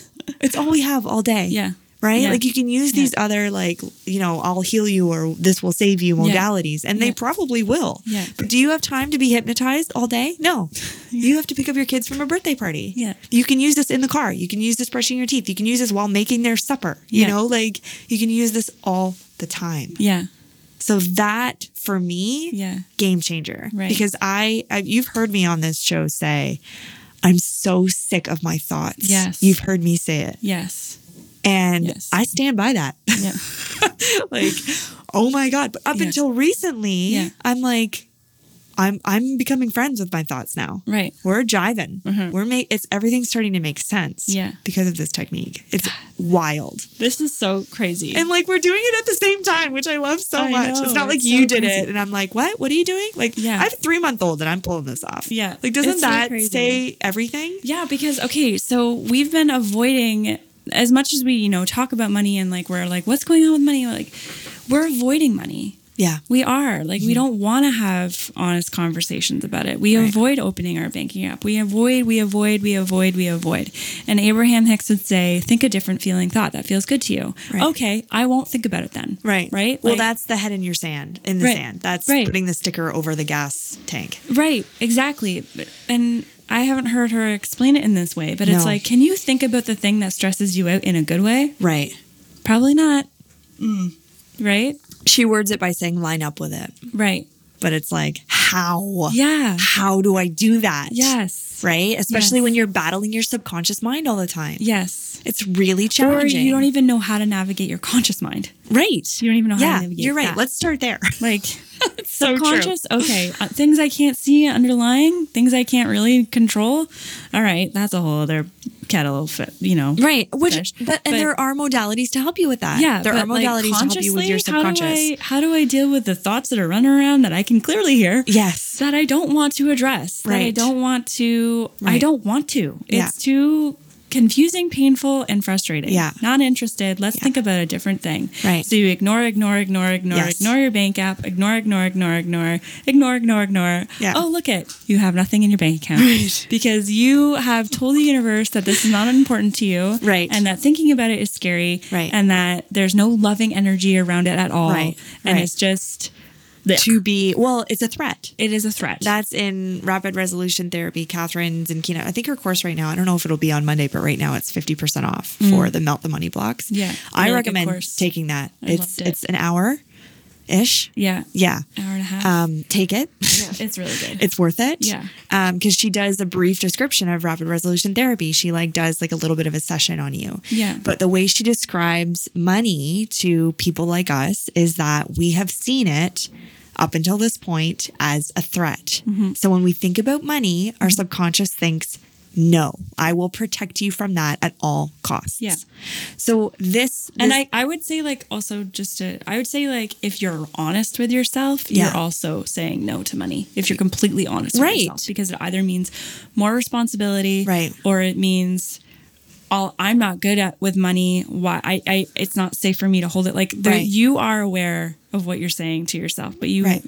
S2: It's all we have all day.
S3: Yeah.
S2: Right?
S3: Yeah.
S2: Like you can use these other like, you know, I'll heal you or this will save you modalities and they
S3: Yeah.
S2: probably will.
S3: Yeah.
S2: But do you have time to be hypnotized all day? No. You have to pick up your kids from a birthday party.
S3: Yeah.
S2: You can use this in the car. You can use this brushing your teeth. You can use this while making their supper. You
S3: Yeah.
S2: know, like you can use this all the time.
S3: Yeah.
S2: So that for me,
S3: Yeah.
S2: game changer.
S3: Right.
S2: Because I, I, you've heard me on this show say, I'm so sick of my thoughts.
S3: Yes.
S2: You've heard me say it.
S3: Yes.
S2: And
S3: Yes.
S2: I stand by that.
S3: Yeah.
S2: like, oh my God. But up
S3: Yeah.
S2: until recently,
S3: Yeah.
S2: I'm like, I'm I'm becoming friends with my thoughts now.
S3: Right.
S2: We're jiving. We're make it's everything's starting to make sense.
S3: Mm-hmm. Yeah.
S2: Because of this technique. It's wild.
S3: This is so crazy.
S2: And like we're doing it at the same time, which I love so
S3: I
S2: much.
S3: know,
S2: it's not like
S3: it's
S2: you
S3: so
S2: did
S3: crazy.
S2: it and I'm like, what? What are you doing? Like,
S3: Yeah.
S2: I have a three month old and I'm pulling this off.
S3: Yeah.
S2: Like, doesn't
S3: It's so
S2: that
S3: crazy.
S2: say everything?
S3: Yeah, because okay, so we've been avoiding as much as we, you know, talk about money and like we're like, what's going on with money? We're like, we're avoiding money.
S2: Yeah.
S3: We are. Like we don't want to have honest conversations about it. We
S2: Mm-hmm. Right.
S3: avoid opening our banking app. We avoid, we avoid, we avoid, we avoid. And Abraham Hicks would say, think a different feeling thought that feels good to you.
S2: Right.
S3: Okay, I won't think about it then.
S2: Right.
S3: Right?
S2: Well,
S3: Like-
S2: that's the head in your sand, in the
S3: Right.
S2: sand. That's
S3: Right.
S2: putting the sticker over the gas tank.
S3: Right, exactly. But- And I haven't heard her explain it in this way, but
S2: No.
S3: it's like, can you think about the thing that stresses you out in a good way?
S2: Right.
S3: Probably not.
S2: Mm.
S3: Right?
S2: She words it by saying line up with it.
S3: Right.
S2: But it's like, how?
S3: Yeah.
S2: How do I do that?
S3: Yes.
S2: Right? Especially
S3: Yes.
S2: when you're battling your subconscious mind all the time.
S3: Yes.
S2: It's really
S3: Or
S2: challenging.
S3: you don't even know how to navigate your conscious mind.
S2: right.
S3: You don't even know how
S2: yeah,
S3: to navigate
S2: you're right.
S3: that.
S2: Let's start there.
S3: like
S2: so true.
S3: subconscious. Okay, uh, things I can't see underlying, things I can't really control. All right, that's a whole other kettle. of fi- You know,
S2: Right. Which
S3: fish.
S2: but, and
S3: But-
S2: there are modalities to help you with that.
S3: Yeah,
S2: There are
S3: but, like,
S2: modalities to help you with your
S3: consciously, how do
S2: subconscious.
S3: I- How do I, deal with the thoughts that are running around that I can clearly hear?
S2: yes.
S3: That I don't want to address. That I
S2: Right.
S3: don't want to. I
S2: Right.
S3: don't want to.
S2: Yeah.
S3: It's too confusing, painful, and frustrating.
S2: Yeah.
S3: Not interested. Let's think about a different thing.
S2: Right.
S3: So you ignore, ignore, ignore, ignore,
S2: Yes.
S3: ignore your bank app. Ignore, ignore, ignore, ignore, ignore, ignore, ignore.
S2: Yeah.
S3: Oh, look it. You have nothing in your bank account because you have told the universe that this is not important to you.
S2: Right.
S3: And that thinking about it is scary
S2: Right.
S3: and that there's no loving energy around it at all
S2: Right,
S3: and
S2: right.
S3: it's just there.
S2: To be well, it's a threat.
S3: it is a threat
S2: That's in rapid resolution therapy. Catherine's and Kina. I think her course right now. I don't know if it'll be on Monday, but right now it's fifty percent off for the melt the money blocks.
S3: Mm. Yeah,
S2: I
S3: really good
S2: recommend
S3: course.
S2: taking that.
S3: I
S2: it's
S3: loved it. Uh,
S2: it's an hour, ish.
S3: yeah
S2: Yeah.
S3: hour and a half
S2: Um, take it.
S3: it's really good
S2: it's worth it.
S3: Yeah.
S2: Because she does a brief description of rapid resolution therapy. She like does like a little bit of a session on you.
S3: Yeah.
S2: But the way she describes money to people like us is that we have seen it up until
S3: Mm-hmm.
S2: this point as a threat. So when we think about money, our subconscious thinks no, I will protect you from that at all costs.
S3: Yeah.
S2: So this,
S3: And
S2: this-
S3: I, I would say like also just to I would say like if you're honest with yourself,
S2: Yeah.
S3: you're also saying no to money. If you're completely honest
S2: Right.
S3: with yourself. Because it either means more responsibility
S2: Right.
S3: or it means all I'm not good at with money. Why I, I it's not safe for me to hold it. Like there,
S2: Right.
S3: you are aware of what you're saying to yourself, but you
S2: Right.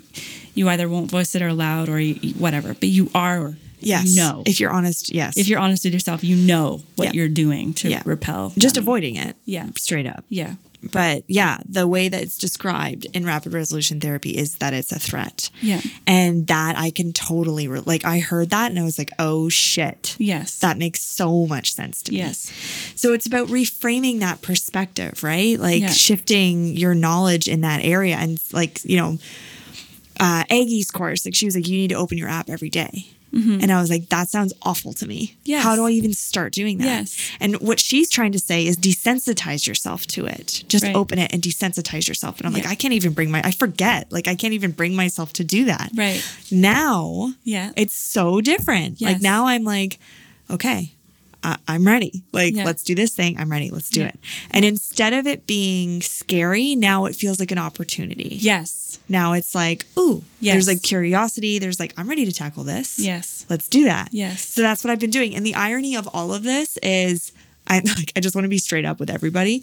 S3: you either won't voice it out loud or you, whatever. But you are
S2: yes,
S3: no.
S2: If you're honest, yes.
S3: If you're honest with yourself, you know what
S2: Yeah.
S3: you're doing to
S2: Yeah.
S3: repel.
S2: just
S3: money.
S2: avoiding it,
S3: Yeah.
S2: straight up.
S3: Yeah.
S2: But yeah, the way that it's described in rapid resolution therapy is that it's a threat.
S3: Yeah.
S2: And that I can totally, re- like, I heard that and I was like, oh shit.
S3: Yes.
S2: That makes so much sense to me.
S3: Yes.
S2: So it's about reframing that perspective, right? Like
S3: Yeah.
S2: shifting your knowledge in that area. And like, you know, uh, Aggie's course, like she was like, you need to open your app every day. And I was like, that sounds awful to me.
S3: Mm-hmm. Yes.
S2: How do I even start doing that?
S3: Yes.
S2: And what she's trying to say is desensitize yourself to it. Just
S3: Right.
S2: open it and desensitize yourself. And I'm like,
S3: Yeah.
S2: I can't even bring my, I forget. Like, I can't even bring myself to do that.
S3: Right.
S2: Now,
S3: Yeah.
S2: it's so different. Like
S3: Yes.
S2: now I'm like, okay, I I'm ready. Like,
S3: Yeah.
S2: let's do this thing. I'm ready. Let's do
S3: Yeah.
S2: it. And instead of it being scary, now it feels like an opportunity.
S3: Yes.
S2: Now it's like, ooh,
S3: Yes.
S2: there's like curiosity. There's like, I'm ready to tackle this.
S3: Yes.
S2: Let's do that.
S3: Yes.
S2: So that's what I've been doing. And the irony of all of this is I'm like, I just want to be straight up with everybody.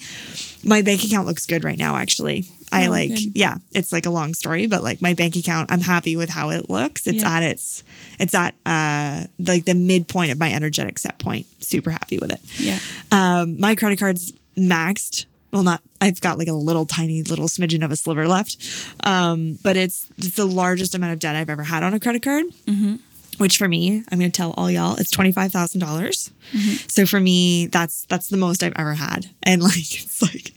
S2: My bank account looks good right now, actually. I
S3: Oh,
S2: like,
S3: good.
S2: yeah, it's like a long story, but like my bank account, I'm happy with how it looks. It's
S3: Yeah.
S2: at its, it's at uh like the midpoint of my energetic set point. Super happy with it.
S3: Yeah.
S2: Um, my credit card's maxed. Well, not. I've got like a little tiny little smidgen of a sliver left, um, but it's, it's the largest amount of debt I've ever had on a credit card. Which for me, I'm going to tell all y'all, it's twenty five dollars. So for me, that's that's the most I've ever had. And like it's like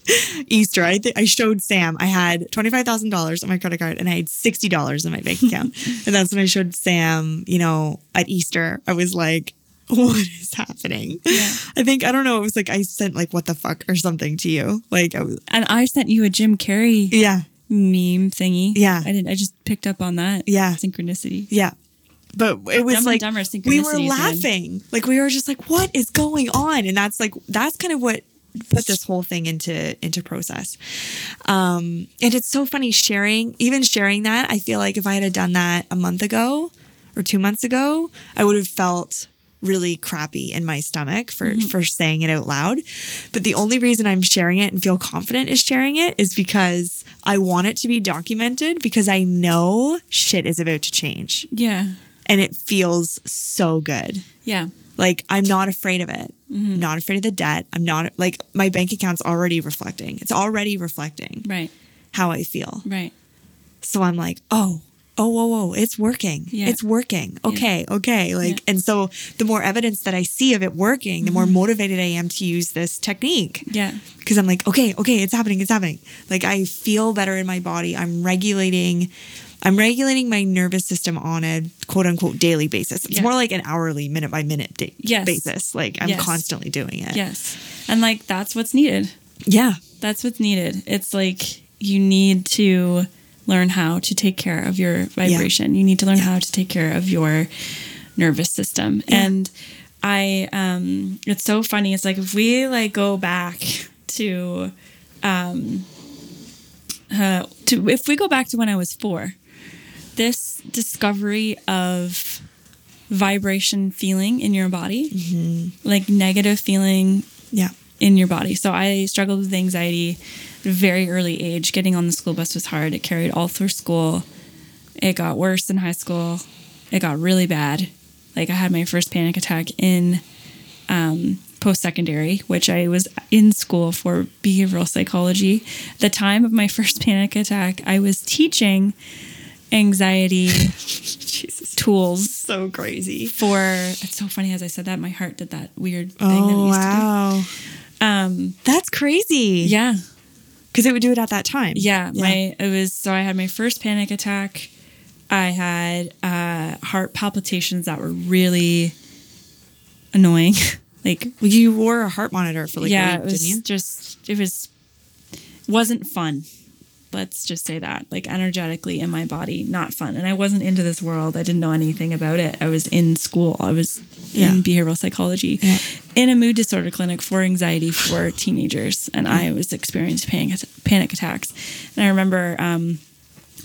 S2: Easter, I think I showed Sam I had twenty five thousand dollars on my credit card and I had sixty dollars in my bank account. and that's when I showed Sam, you know, at Easter, I was like, what is happening? I think I don't know. It was like I sent like what the fuck or something to you. Like I was,
S3: And I sent you a Jim Carrey
S2: yeah,
S3: meme thingy.
S2: Yeah.
S3: I didn't. I just picked up on that.
S2: Yeah.
S3: Synchronicity.
S2: yeah. But it was
S3: Dumb and
S2: like
S3: Dumber
S2: we
S3: synchronicities,
S2: were
S3: man.
S2: laughing, like we were just like, what is going on? And that's like that's kind of what put this whole thing into into process. Um, and it's so funny sharing, even sharing that. I feel like if I had done that a month ago or two months ago, I would have felt really crappy in my stomach for for saying it out loud. But the only reason I'm sharing it and feel confident is sharing it is because I want it to be documented because I know shit is about to change
S3: Yeah.
S2: and it feels so good.
S3: Yeah.
S2: Like I'm not afraid of it.
S3: Mm-hmm.
S2: I'm not afraid of the debt. I'm not like my bank account's already reflecting. It's already reflecting
S3: Right.
S2: how I feel.
S3: Right.
S2: So I'm like, oh, oh, whoa, whoa, it's working.
S3: Yeah.
S2: It's working. Okay, okay. Like,
S3: Yeah. Mm-hmm.
S2: and so the more evidence that I see of it working, the more motivated I am to use this technique.
S3: Yeah.
S2: Because I'm like, okay, okay, it's happening, it's happening. Like I feel better in my body. I'm regulating, I'm regulating my nervous system on a quote unquote daily basis. It's
S3: Yeah.
S2: more like an hourly, minute by minute da-
S3: Yes.
S2: basis. Like I'm
S3: Yes.
S2: constantly doing it.
S3: Yes. And like that's what's needed.
S2: Yeah.
S3: That's what's needed. It's like you need to learn how to take care of your vibration. You need to learn how to take care of your nervous system. And I um it's so funny. It's like if we like go back to um uh to if we go back to when I was 4, this discovery of vibration feeling in your body, like negative feeling
S2: Yeah.
S3: in your body. So I struggled with anxiety at a very early age. Getting on the school bus was hard. It carried all through school. It got worse in high school. It got really bad. Like I had my first panic attack in um, post secondary, which I was in school for behavioral psychology. The time of my first panic attack, I was teaching anxiety tools
S2: So crazy.
S3: for. It's so funny as I said that, my heart did that weird thing that it
S2: Oh
S3: used to
S2: wow.
S3: do. Um,
S2: That's crazy.
S3: yeah.
S2: Because it would do it at that time.
S3: Yeah, my it was so I had my first panic attack. I had uh, heart palpitations that were really annoying. like
S2: Well, you wore a heart monitor for like
S3: yeah,
S2: a
S3: it
S2: week, didn't
S3: was
S2: you?
S3: just it was wasn't fun. Let's just say that, like energetically in my body, not fun. And I wasn't into this world. I didn't know anything about it. I was in school. I was
S2: Yeah.
S3: in behavioral psychology
S2: Yeah.
S3: in a mood disorder clinic for anxiety for teenagers. And I was experiencing panic, panic attacks. And I remember um,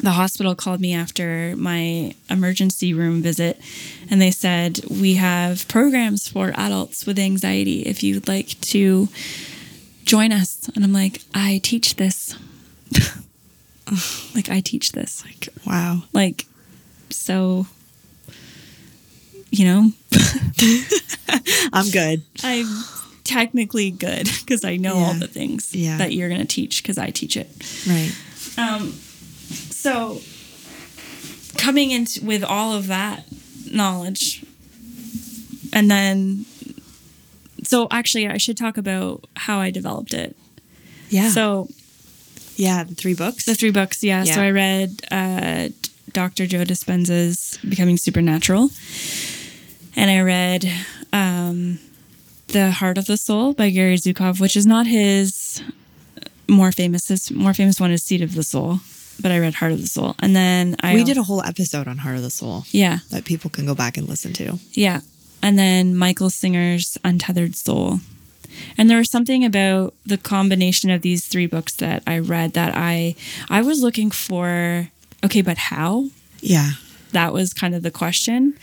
S3: the hospital called me after my emergency room visit and they said, We have programs for adults with anxiety if you'd like to join us. And I'm like, I teach this. like, I teach this.
S2: Oh
S3: Like,
S2: Wow.
S3: like so you know
S2: I'm good.
S3: i'm technically good because i know all
S2: Yeah.
S3: the things
S2: Yeah.
S3: that you're going to teach because i teach it
S2: Right.
S3: Um, so coming in with all of that knowledge and then so actually i should talk about how i developed it
S2: Yeah.
S3: so
S2: yeah, the three books.
S3: The three books, yeah.
S2: Yeah.
S3: So I read uh, Dr. Joe Dispenza's Becoming Supernatural, and I read um, The Heart of the Soul by Gary Zukov, which is not his uh, more famous. His more famous one is Seed of the Soul, but I read Heart of the Soul, and then I
S2: we did a whole episode on Heart of the Soul
S3: yeah
S2: that people can go back and listen to.
S3: yeah, and then Michael Singer's Untethered Soul. And there was something about the combination of these three books that I read that I I was looking for okay, but how?
S2: Yeah.
S3: that was kind of the question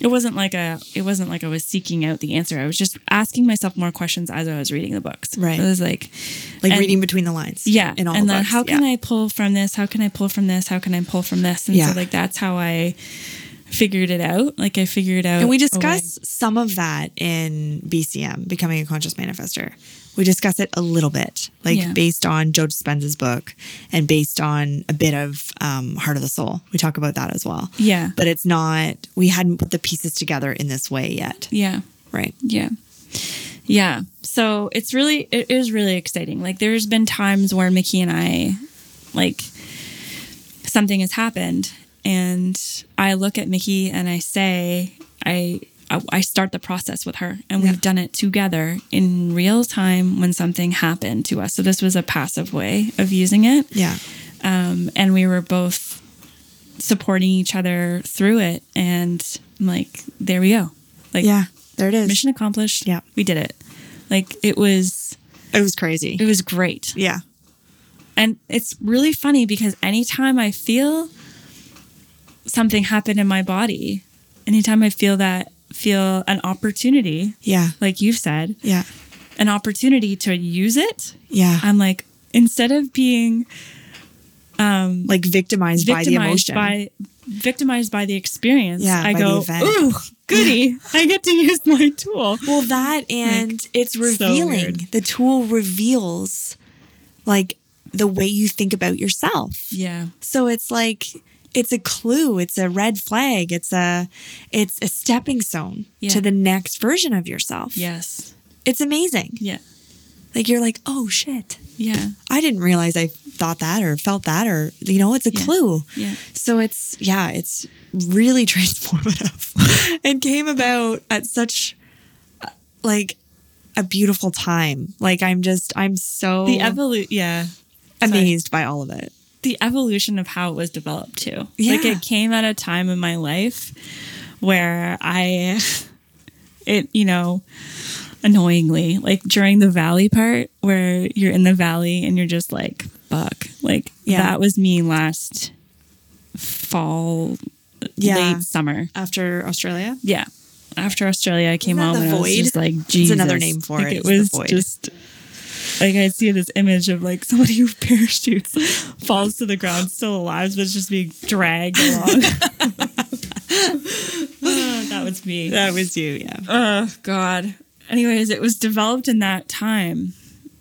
S3: it wasn't like a it wasn't like i was seeking out the answer i was just asking myself more questions as i was reading the books
S2: Right.
S3: it was like
S2: Like
S3: And-
S2: reading between the lines.
S3: yeah
S2: In all
S3: and
S2: the
S3: then
S2: books.
S3: how can
S2: yeah.
S3: i pull from this how can i pull from this how can i pull from this and
S2: Yeah.
S3: so like that's how i figured it out like i figured out
S2: And we
S3: a way-
S2: discuss some of that in BCM, Becoming a Conscious Manifester. We discuss it a little bit, like
S3: Yeah.
S2: based on Joe Dispenza's book and based on a bit of um, Heart of the Soul. We talk about that as well.
S3: Yeah.
S2: But it's not, we hadn't put the pieces together in this way yet.
S3: yeah
S2: Right.
S3: Yeah. Yeah. So it's really, it is really exciting. Like there's been times where Mickey and I, like, something has happened and I look at Mickey and I say, I, I I start the process with her, and
S2: Yeah.
S3: we've done it together in real time when something happened to us. So this was a passive way of using it,
S2: Yeah.
S3: um, and we were both supporting each other through it. And I'm like, there we go, like
S2: Yeah. There it is.
S3: mission accomplished.
S2: Yeah.
S3: We did it. Like it was
S2: it was crazy.
S3: it was great.
S2: yeah.
S3: And it's really funny because anytime I feel something happen in my body, anytime I feel that feel an opportunity,
S2: Yeah.
S3: like you've said,
S2: Yeah.
S3: an opportunity to use it,
S2: Yeah.
S3: I'm like instead of being
S2: like victimized, by the
S3: victimized
S2: emotion.
S3: by, victimized by the experience,
S2: Yeah,
S3: I
S2: by the
S3: go,
S2: event.
S3: ooh, goody, I get to use my tool.
S2: Well, that and it's revealing.
S3: weird.
S2: the tool reveals like the way you think about yourself.
S3: Yeah.
S2: So it's like it's a clue, it's a red flag, it's a it's a stepping stone
S3: Yeah.
S2: to the next version of yourself.
S3: Yes.
S2: It's amazing.
S3: Yeah.
S2: Like you're like, "Oh shit.
S3: Yeah.
S2: I didn't realize I thought that or felt that or you know, it's a
S3: Yeah.
S2: clue."
S3: Yeah.
S2: So it's yeah, it's really transformative and came about at such uh, like a beautiful time. Like I'm just I'm so
S3: The evolu yeah.
S2: amazed by all of it.
S3: the evolution of how it was developed too.
S2: Yeah.
S3: Like it came at a time in my life where I it, you know, annoyingly, like during the valley part where you're in the valley and you're just like, fuck. Like
S2: Yeah.
S3: that was me last fall
S2: Yeah.
S3: late summer.
S2: After Australia?
S3: Yeah. After Australia, I came
S2: Isn't that
S3: home
S2: the
S3: and I was
S2: void?
S3: just like,
S2: It's
S3: Jesus.
S2: another name for
S3: Like,
S2: it,
S3: It
S2: is the
S3: was
S2: void.
S3: just like I see this image of like somebody who parachutes, falls to the ground, still alive, but is just being dragged along. Ah, that was me.
S2: That was you, yeah.
S3: oh God. Anyways, it was developed in that time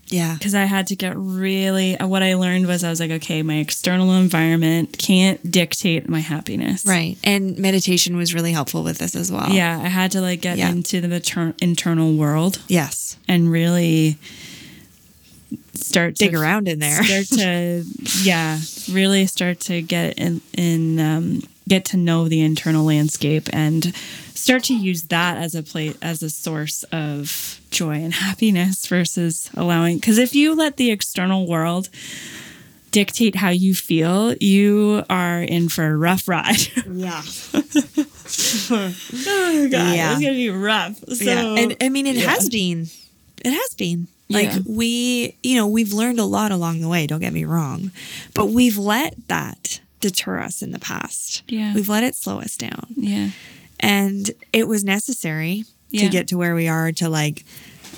S2: Yeah.
S3: because I had to get really. uh, What I learned was I was like, okay, my external environment can't dictate my happiness.
S2: Right. And meditation was really helpful with this as well.
S3: Yeah, I had to like get
S2: Yeah.
S3: into the mater- internal world
S2: Yes.
S3: and really start to
S2: Dig around in there.
S3: Start to yeah, really start to get in in um, get to know the internal landscape and start to use that as a place as a source of joy and happiness versus allowing because if you let the external world dictate how you feel you are in for a rough ride
S2: Yeah.
S3: Oh god,
S2: Yeah.
S3: it's gonna be rough. So
S2: yeah. And I mean, it
S3: yeah.
S2: has been. It has been. Like
S3: Yeah.
S2: we, you know, we've learned a lot along the way, don't get me wrong, but we've let that deter us in the past.
S3: Yeah.
S2: We've let it slow us down.
S3: yeah,
S2: And it was necessary to
S3: Yeah.
S2: get to where we are to like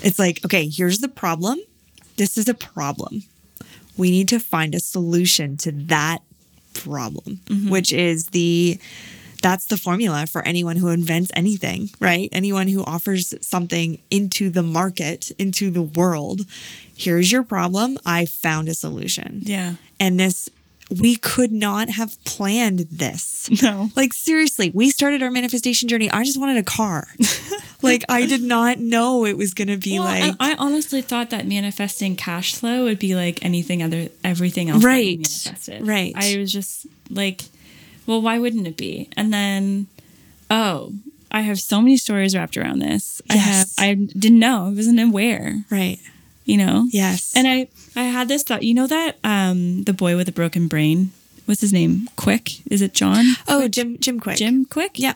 S2: it's like, okay, here's the problem. This is a problem. We need to find a solution to that problem,
S3: Mm-hmm.
S2: which is the that's the formula for anyone who invents anything, right? Anyone who offers something into the market, into the world. Here's your problem. I found a solution.
S3: yeah,
S2: And this, we could not have planned this.
S3: No.
S2: Like, seriously, we started our manifestation journey. I just wanted a car. like, I did not know it was going to be
S3: Well,
S2: like.
S3: I, I honestly thought that manifesting cash flow would be like anything other, everything else. that we
S2: Right.
S3: manifested.
S2: Right.
S3: I was just like, well, why wouldn't it be? And then, oh, I have so many stories wrapped around this.
S2: Yes.
S3: I have. I didn't know. I wasn't aware.
S2: right.
S3: You know.
S2: Yes.
S3: And I, I had this thought. You know that um, the boy with a broken brain. What's his name? Quick. Is it John?
S2: oh, Jim, Jim Quick.
S3: Jim Quick.
S2: Yeah.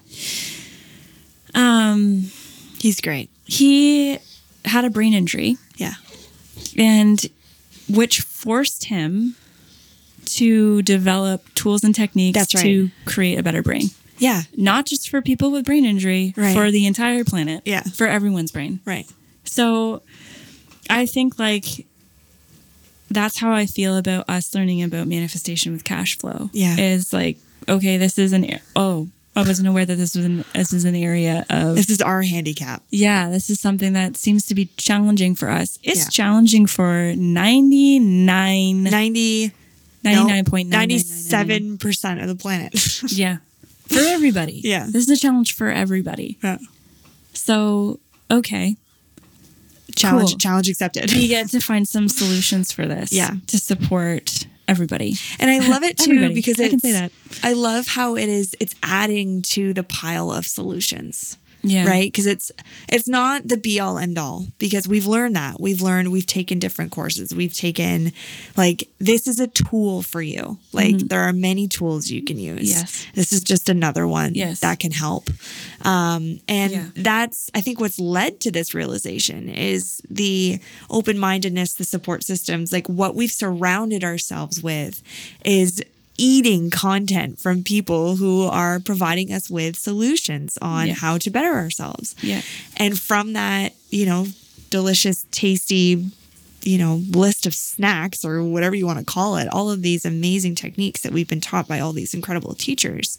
S3: Um,
S2: He's great.
S3: he had a brain injury.
S2: Yeah.
S3: and which forced him to develop tools and techniques
S2: That's right.
S3: to create a better brain.
S2: Yeah.
S3: Not just for people with brain injury,
S2: Right.
S3: for the entire planet,
S2: Yeah.
S3: for everyone's brain.
S2: Right.
S3: So I think like that's how I feel about us learning about manifestation with cash flow.
S2: Yeah.
S3: Is like, okay, this is an a- oh, I wasn't aware that this was an this is an area of
S2: This is our handicap.
S3: yeah, this is something that seems to be challenging for us. It's
S2: Yeah.
S3: challenging for 99
S2: 90.
S3: 99.99999.
S2: 97% of the planet.
S3: Yeah. For everybody.
S2: Yeah.
S3: This is a challenge for everybody.
S2: Yeah.
S3: So, okay.
S2: Challenge,
S3: Cool.
S2: challenge accepted.
S3: We get to find some solutions for this.
S2: Yeah.
S3: To support everybody.
S2: And I love it too
S3: Everybody.
S2: because
S3: I
S2: it's,
S3: can say that.
S2: I love how it is. It's adding to the pile of solutions.
S3: Yeah.
S2: Right. Because it's it's not the be all end all because we've learned that we've learned we've taken different courses we've taken like this is a tool for you like there are many tools you can use
S3: Mm-hmm. Yes.
S2: this is just another one
S3: Yes.
S2: that can help um, and
S3: Yeah.
S2: that's I think what's led to this realization is the open mindedness, the support systems, like what we've surrounded ourselves with is eating content from people who are providing us with solutions on
S3: Yeah.
S2: how to better ourselves.
S3: Yeah.
S2: And from that, you know, delicious, tasty, you know, list of snacks or whatever you want to call it, all of these amazing techniques that we've been taught by all these incredible teachers,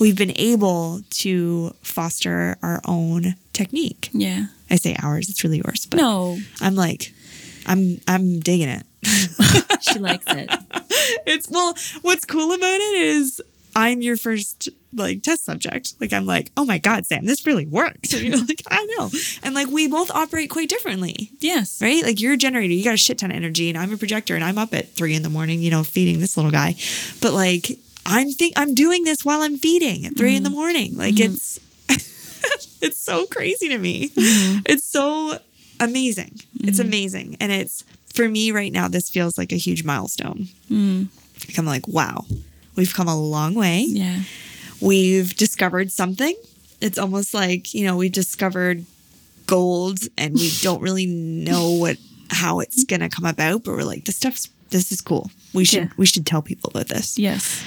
S2: we've been able to foster our own technique.
S3: Yeah.
S2: I say ours, it's really yours, but
S3: No.
S2: I'm like, I'm I'm digging it.
S3: She likes it.
S2: It's well, what's cool about it is I'm your first like test subject. Like I'm like, oh my God, Sam, this really works. And you're like, I know. And like we both operate quite differently.
S3: Yes.
S2: right? Like you're a generator, you got a shit ton of energy, and I'm a projector, and I'm up at three in the morning, you know, feeding this little guy. But like, I'm think I'm doing this while I'm feeding at 3 in the morning. Like it's it's so crazy to me. It's so amazing. It's amazing, and it's for me right now. This feels like a huge milestone. Like I'm like, wow, we've come a long way
S3: Yeah.
S2: we've discovered something. It's almost like, you know, we discovered gold and we don't really know what how it's gonna come about, but we're like, this stuff's this is cool. We should
S3: Yeah.
S2: we should tell people about this.
S3: Yes.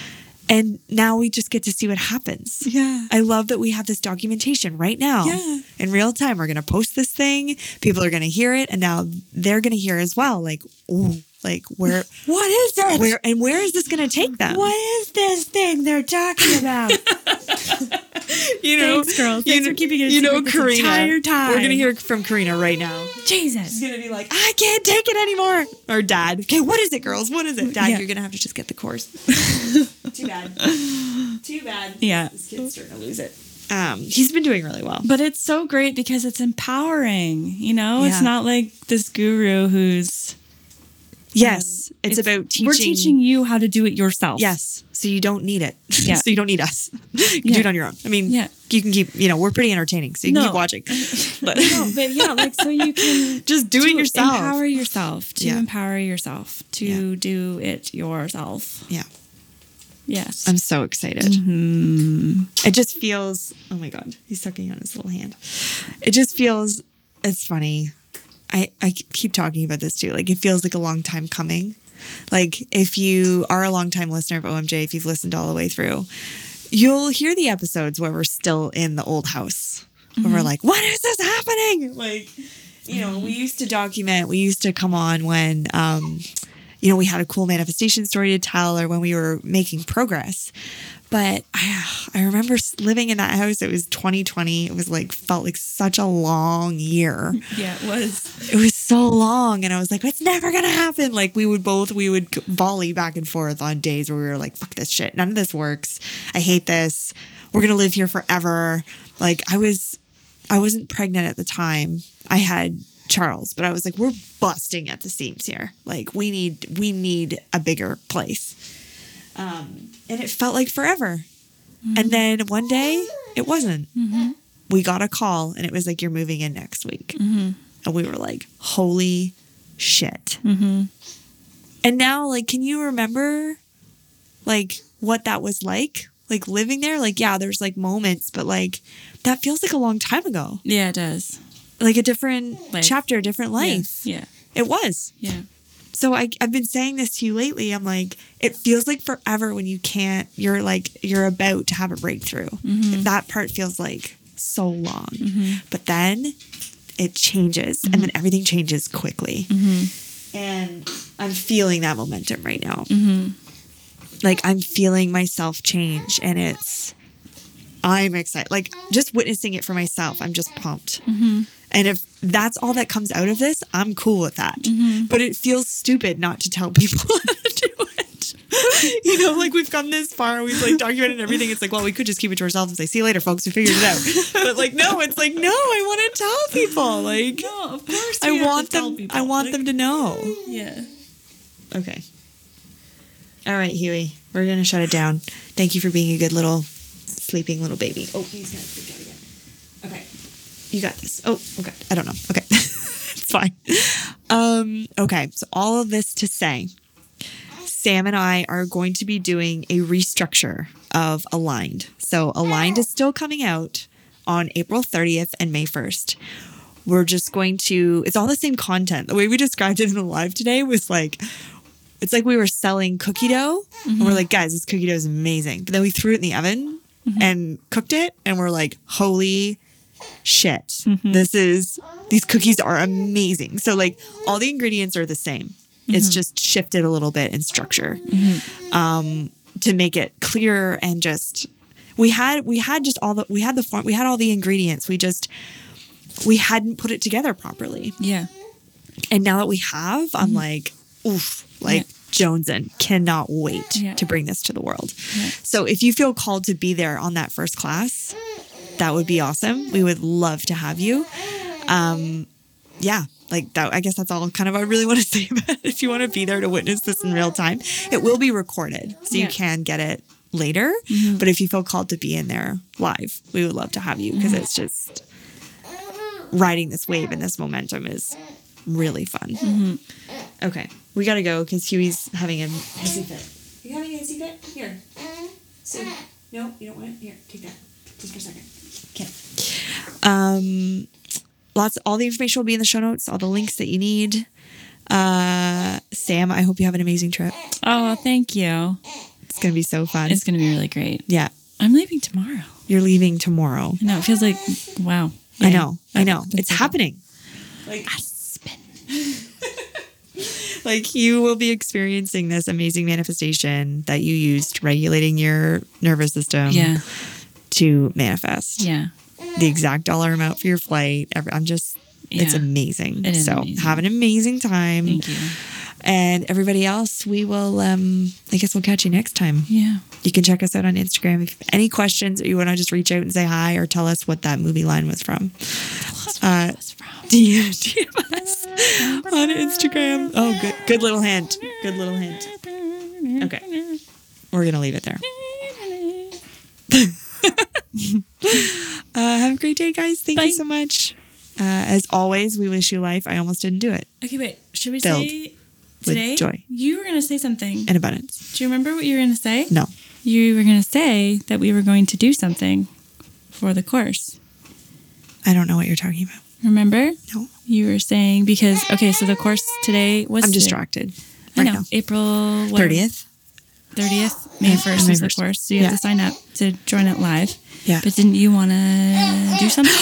S2: And now we just get to see what happens.
S3: Yeah.
S2: I love that we have this documentation right now
S3: Yeah.
S2: in real time. We're going to post this thing. People are going to hear it. And now they're going to hear as well. Like, ooh, like where,
S3: What is it?
S2: where, and where is this going to take them?
S3: is this thing they're talking about?
S2: you
S3: Thanks, girl. Thanks for keeping it a
S2: you know,
S3: secret this
S2: Karina.
S3: entire time.
S2: We're gonna hear from Karina right now.
S3: Jesus.
S2: She's gonna be like, I can't take it anymore. Or Dad, okay, what is it, girls? What is it, Dad?
S3: Yeah.
S2: You're gonna have to just get the course. Too bad. Too bad.
S3: Yeah.
S2: This kid's starting to lose it. Um, he's been doing really well.
S3: But it's so great because it's empowering, you know?
S2: Yeah.
S3: It's not like this guru who's
S2: Yes, Um, it's, about teaching.
S3: We're teaching you how to do it yourself.
S2: Yes, so you don't need it.
S3: Yeah.
S2: so you don't need us. you can do
S3: Yeah.
S2: it on your own. I mean,
S3: Yeah.
S2: you can keep. You know, we're pretty entertaining, so you can
S3: No.
S2: keep watching. But
S3: No, but yeah, like so you can
S2: just do it
S3: to
S2: yourself.
S3: Empower yourself. To
S2: Yeah.
S3: empower yourself. To
S2: Yeah.
S3: do it yourself.
S2: yeah.
S3: Yes.
S2: I'm so excited. It just feels, oh my God, he's sucking on his little hand. It just feels, it's funny. I, I keep talking about this too. Like, it feels like a long time coming. Like, if you are a longtime listener of OMJ, if you've listened all the way through, you'll hear the episodes where we're still in the old house, where we're like, when is this happening? Like, you know, we used to document, we used to come on when, um, you know, we had a cool manifestation story to tell or when we were making progress. But I, I remember s- living in that house. It was 2020. It was like, felt like such a long year.
S3: yeah, it was.
S2: It was so long. And I was like, it's never going to happen. Like, we would both, we would volley back and forth on days where we were like, fuck this shit. None of this works. I hate this. We're going to live here forever. Like, I was, I wasn't pregnant at the time. I had Charles, but I was like, we're busting at the seams here. Like, we need, we need a bigger place. Um, and it felt like forever. And then one day it wasn't. We got a call and it was like, you're moving in next week. And we were like, holy shit. And now, like, can you remember like what that was like? Like living there? Like, yeah, there's like moments, but like that feels like a long time ago.
S3: Yeah, it does.
S2: Like a different
S3: Life.
S2: chapter, a different life.
S3: Yeah.
S2: It was.
S3: Yeah.
S2: So I, I've been saying this to you lately. I'm like, it feels like forever when you can't, you're like, you're about to have a breakthrough. That part feels like so long. But then it changes and then everything changes quickly. And I'm feeling that momentum right now. Like I'm feeling myself change and it's, I'm excited. Like just witnessing it for myself, I'm just pumped. And if that's all that comes out of this, I'm cool with that. But it feels stupid not to tell people how to do it. you know, like we've come this far, we've like documented everything. It's like, well, we could just keep it to ourselves and say, see you later, folks, we figured it out. But like, no, it's like, no, I want to tell people. Like,
S3: No, of course.
S2: I want them, I want them to know.
S3: Yeah.
S2: Okay. All right, Huey, we're going to shut it down. Thank you for being a good little sleeping little baby. Oh, he's going to sleep again. Okay. You got this. Oh, okay. I don't know. Okay. it's fine. Um, okay. So, all of this to say, Sam and I are going to be doing a restructure of Aligned. So, Aligned is still coming out on April 30th and May 1st. We're just going to, it's all the same content. The way we described it in the live today was like, it's like we were selling cookie dough and we're like, guys, this cookie dough is amazing. But then we threw it in the oven and cooked it and we're like, holy shit. This is, these cookies are amazing. So, like, all the ingredients are the same. It's just shifted a little bit in structure um, to make it clearer and just we had we had just all the we had the form we had all the ingredients we just we hadn't put it together properly
S3: Yeah.
S2: and now that we have i'm like oof like
S3: Mm-hmm. Yeah.
S2: joneson cannot wait
S3: Yeah.
S2: to bring this to the world so if you feel called to be there on that first class that would be awesome we would love to have you yeah, like that. I guess that's all kind of I really want to say about it. If you want to be there to witness this in real time, it will be recorded, so
S3: Yeah.
S2: you can get it later. But if you feel called to be in there live, we would love to have you because it's just riding this wave and this momentum is really fun. Okay, we gotta go because Huey's having a hissy fit. You having a hissy fit? Here. So, no, you don't want it. Here, take that just for a second. Okay. Um lots all the information will be in the show notes all the links that you need uh sam i hope you have an amazing trip
S3: Oh, thank you.
S2: it's gonna be so fun
S3: It's going to be really great.
S2: yeah
S3: I'm leaving tomorrow.
S2: you're leaving tomorrow
S3: No, it feels like wow.
S2: i know i know it's
S3: happening.
S2: happening like like you will be experiencing this amazing manifestation that you used regulating your nervous system
S3: Yeah.
S2: to manifest
S3: Yeah.
S2: the exact dollar amount for your flight Every- i'm just it's
S3: Yeah.
S2: amazing
S3: It is
S2: so
S3: amazing.
S2: have an amazing time
S3: Thank you.
S2: And everybody else, we will, um, I guess we'll catch you next time.
S3: Yeah.
S2: You can check us out on Instagram. If you have any questions or you want to just reach out and say hi or tell us what that movie line was from, uh, DM, DM us on Instagram. Oh, good, good little hint. Good little hint. Okay. We're going to leave it there. Uh, have a great day, guys. Thank
S3: Bye.
S2: you so much. Uh, as always, we wish you life. I almost didn't do it
S3: Okay, wait. Should we
S2: Filled
S3: say today?
S2: joy.
S3: You were gonna say something.
S2: in abundance.
S3: Do you remember what you were gonna say?
S2: No.
S3: you were going to say that we were going to do something for the course.
S2: I don't know what you're talking about.
S3: Remember?
S2: No.
S3: You were saying because okay, so the course today was
S2: I'm
S3: today.
S2: distracted
S3: I
S2: right
S3: know
S2: now.
S3: April
S2: Thirtieth.
S3: thirtieth, May first
S2: May
S3: is the
S2: 1st.
S3: course. So you have
S2: Yeah.
S3: to sign up to join it live.
S2: Yeah.
S3: But didn't you want to do something?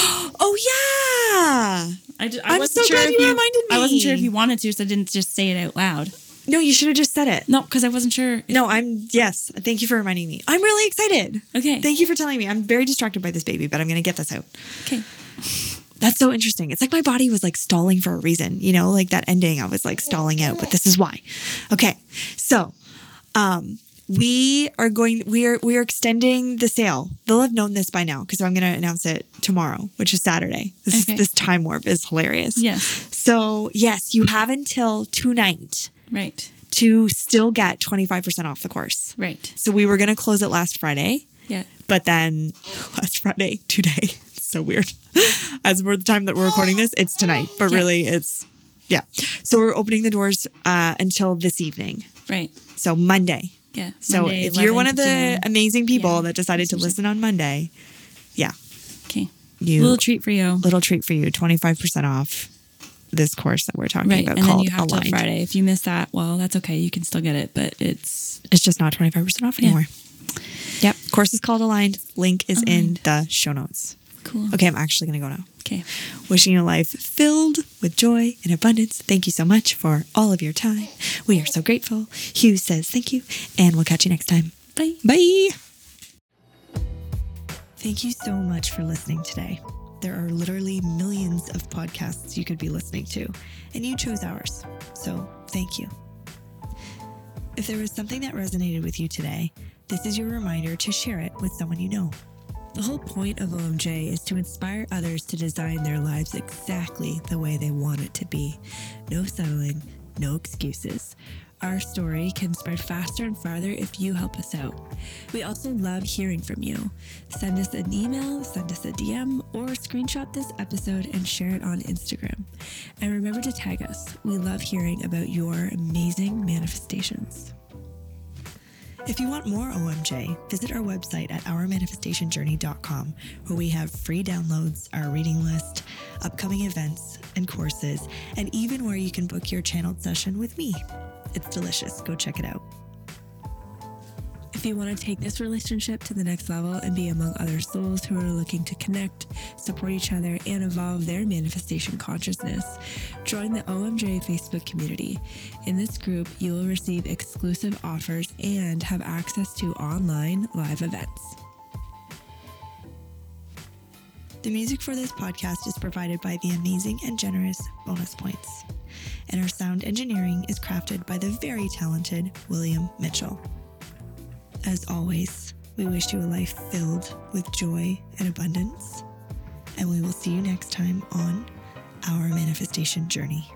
S2: Oh yeah.
S3: I just,
S2: I'm so glad you reminded
S3: I wasn't sure if
S2: me.
S3: you wanted to, so I didn't just say it out loud.
S2: No, you should have just said it.
S3: No, because I wasn't sure.
S2: No, I'm yes. Thank you for reminding me. I'm really excited.
S3: Okay.
S2: Thank you for telling me. I'm very distracted by this baby, but I'm gonna get this out.
S3: Okay.
S2: That's so interesting. It's like my body was like stalling for a reason, you know, like that ending, I was like stalling out, but this is why. Okay. So, um, we are going, we are, we are extending the sale. They'll have known this by now because I'm going to announce it tomorrow, which is Saturday. This,
S3: Okay.
S2: this time warp is hilarious.
S3: Yes.
S2: So, yes, you have until tonight
S3: Right.
S2: to still get 25% off the course.
S3: Right.
S2: So, we were going to close it last Friday.
S3: Yeah.
S2: But then last Friday, today, it's so weird. As we're the time that we're recording this, it's tonight, but really it's, yeah. So we're opening the doors uh, until this evening.
S3: Right.
S2: So Monday.
S3: Yeah.
S2: So
S3: Monday,
S2: if you're one of
S3: 11th
S2: the
S3: June.
S2: amazing people
S3: Yeah.
S2: that decided to listen on Monday, yeah,
S3: okay,
S2: you-
S3: little treat for you.
S2: little treat for you 25% off this course that we're talking
S3: Right.
S2: about
S3: And then
S2: called
S3: you have till
S2: Aligned.
S3: Friday. If you miss that, well, that's okay. You can still get it, but it's
S2: It's just not 25% off
S3: Yeah.
S2: anymore. Yep. Course is called Aligned. Link is in the show notes.
S3: cool.
S2: Okay, I'm actually going to go now.
S3: Okay.
S2: Wishing you a life filled with joy and abundance. Thank you so much for all of your time. We are so grateful. Hugh says thank you, and we'll catch you next time.
S3: Bye.
S2: Bye. Thank you so much for listening today. There are literally millions of podcasts you could be listening to, and you chose ours. So thank you. If there was something that resonated with you today, this is your reminder to share it with someone you know. The whole point of OMJ is to inspire others to design their lives exactly the way they want it to be. No settling, no excuses. Our story can spread faster and farther if you help us out. We also love hearing from you. Send us an email, send us a DM, or screenshot this episode and share it on Instagram. And remember to tag us. We love hearing about your amazing manifestations. If you want more OMJ, visit our website at ourmanifestationjourney.com, where we have free downloads, our reading list, upcoming events and courses, and even where you can book your channeled session with me. It's delicious. Go check it out. If you want to take this relationship to the next level and be among other souls who are looking to connect, support each other, and evolve their manifestation consciousness, join the OMJ Facebook community. In this group, you will receive exclusive offers and have access to online live events. The music for this podcast is provided by the amazing and generous Bonus Points, and our sound engineering is crafted by the very talented William Mitchell. As always, we wish you a life filled with joy and abundance. And we will see you next time on Our Manifestation Journey.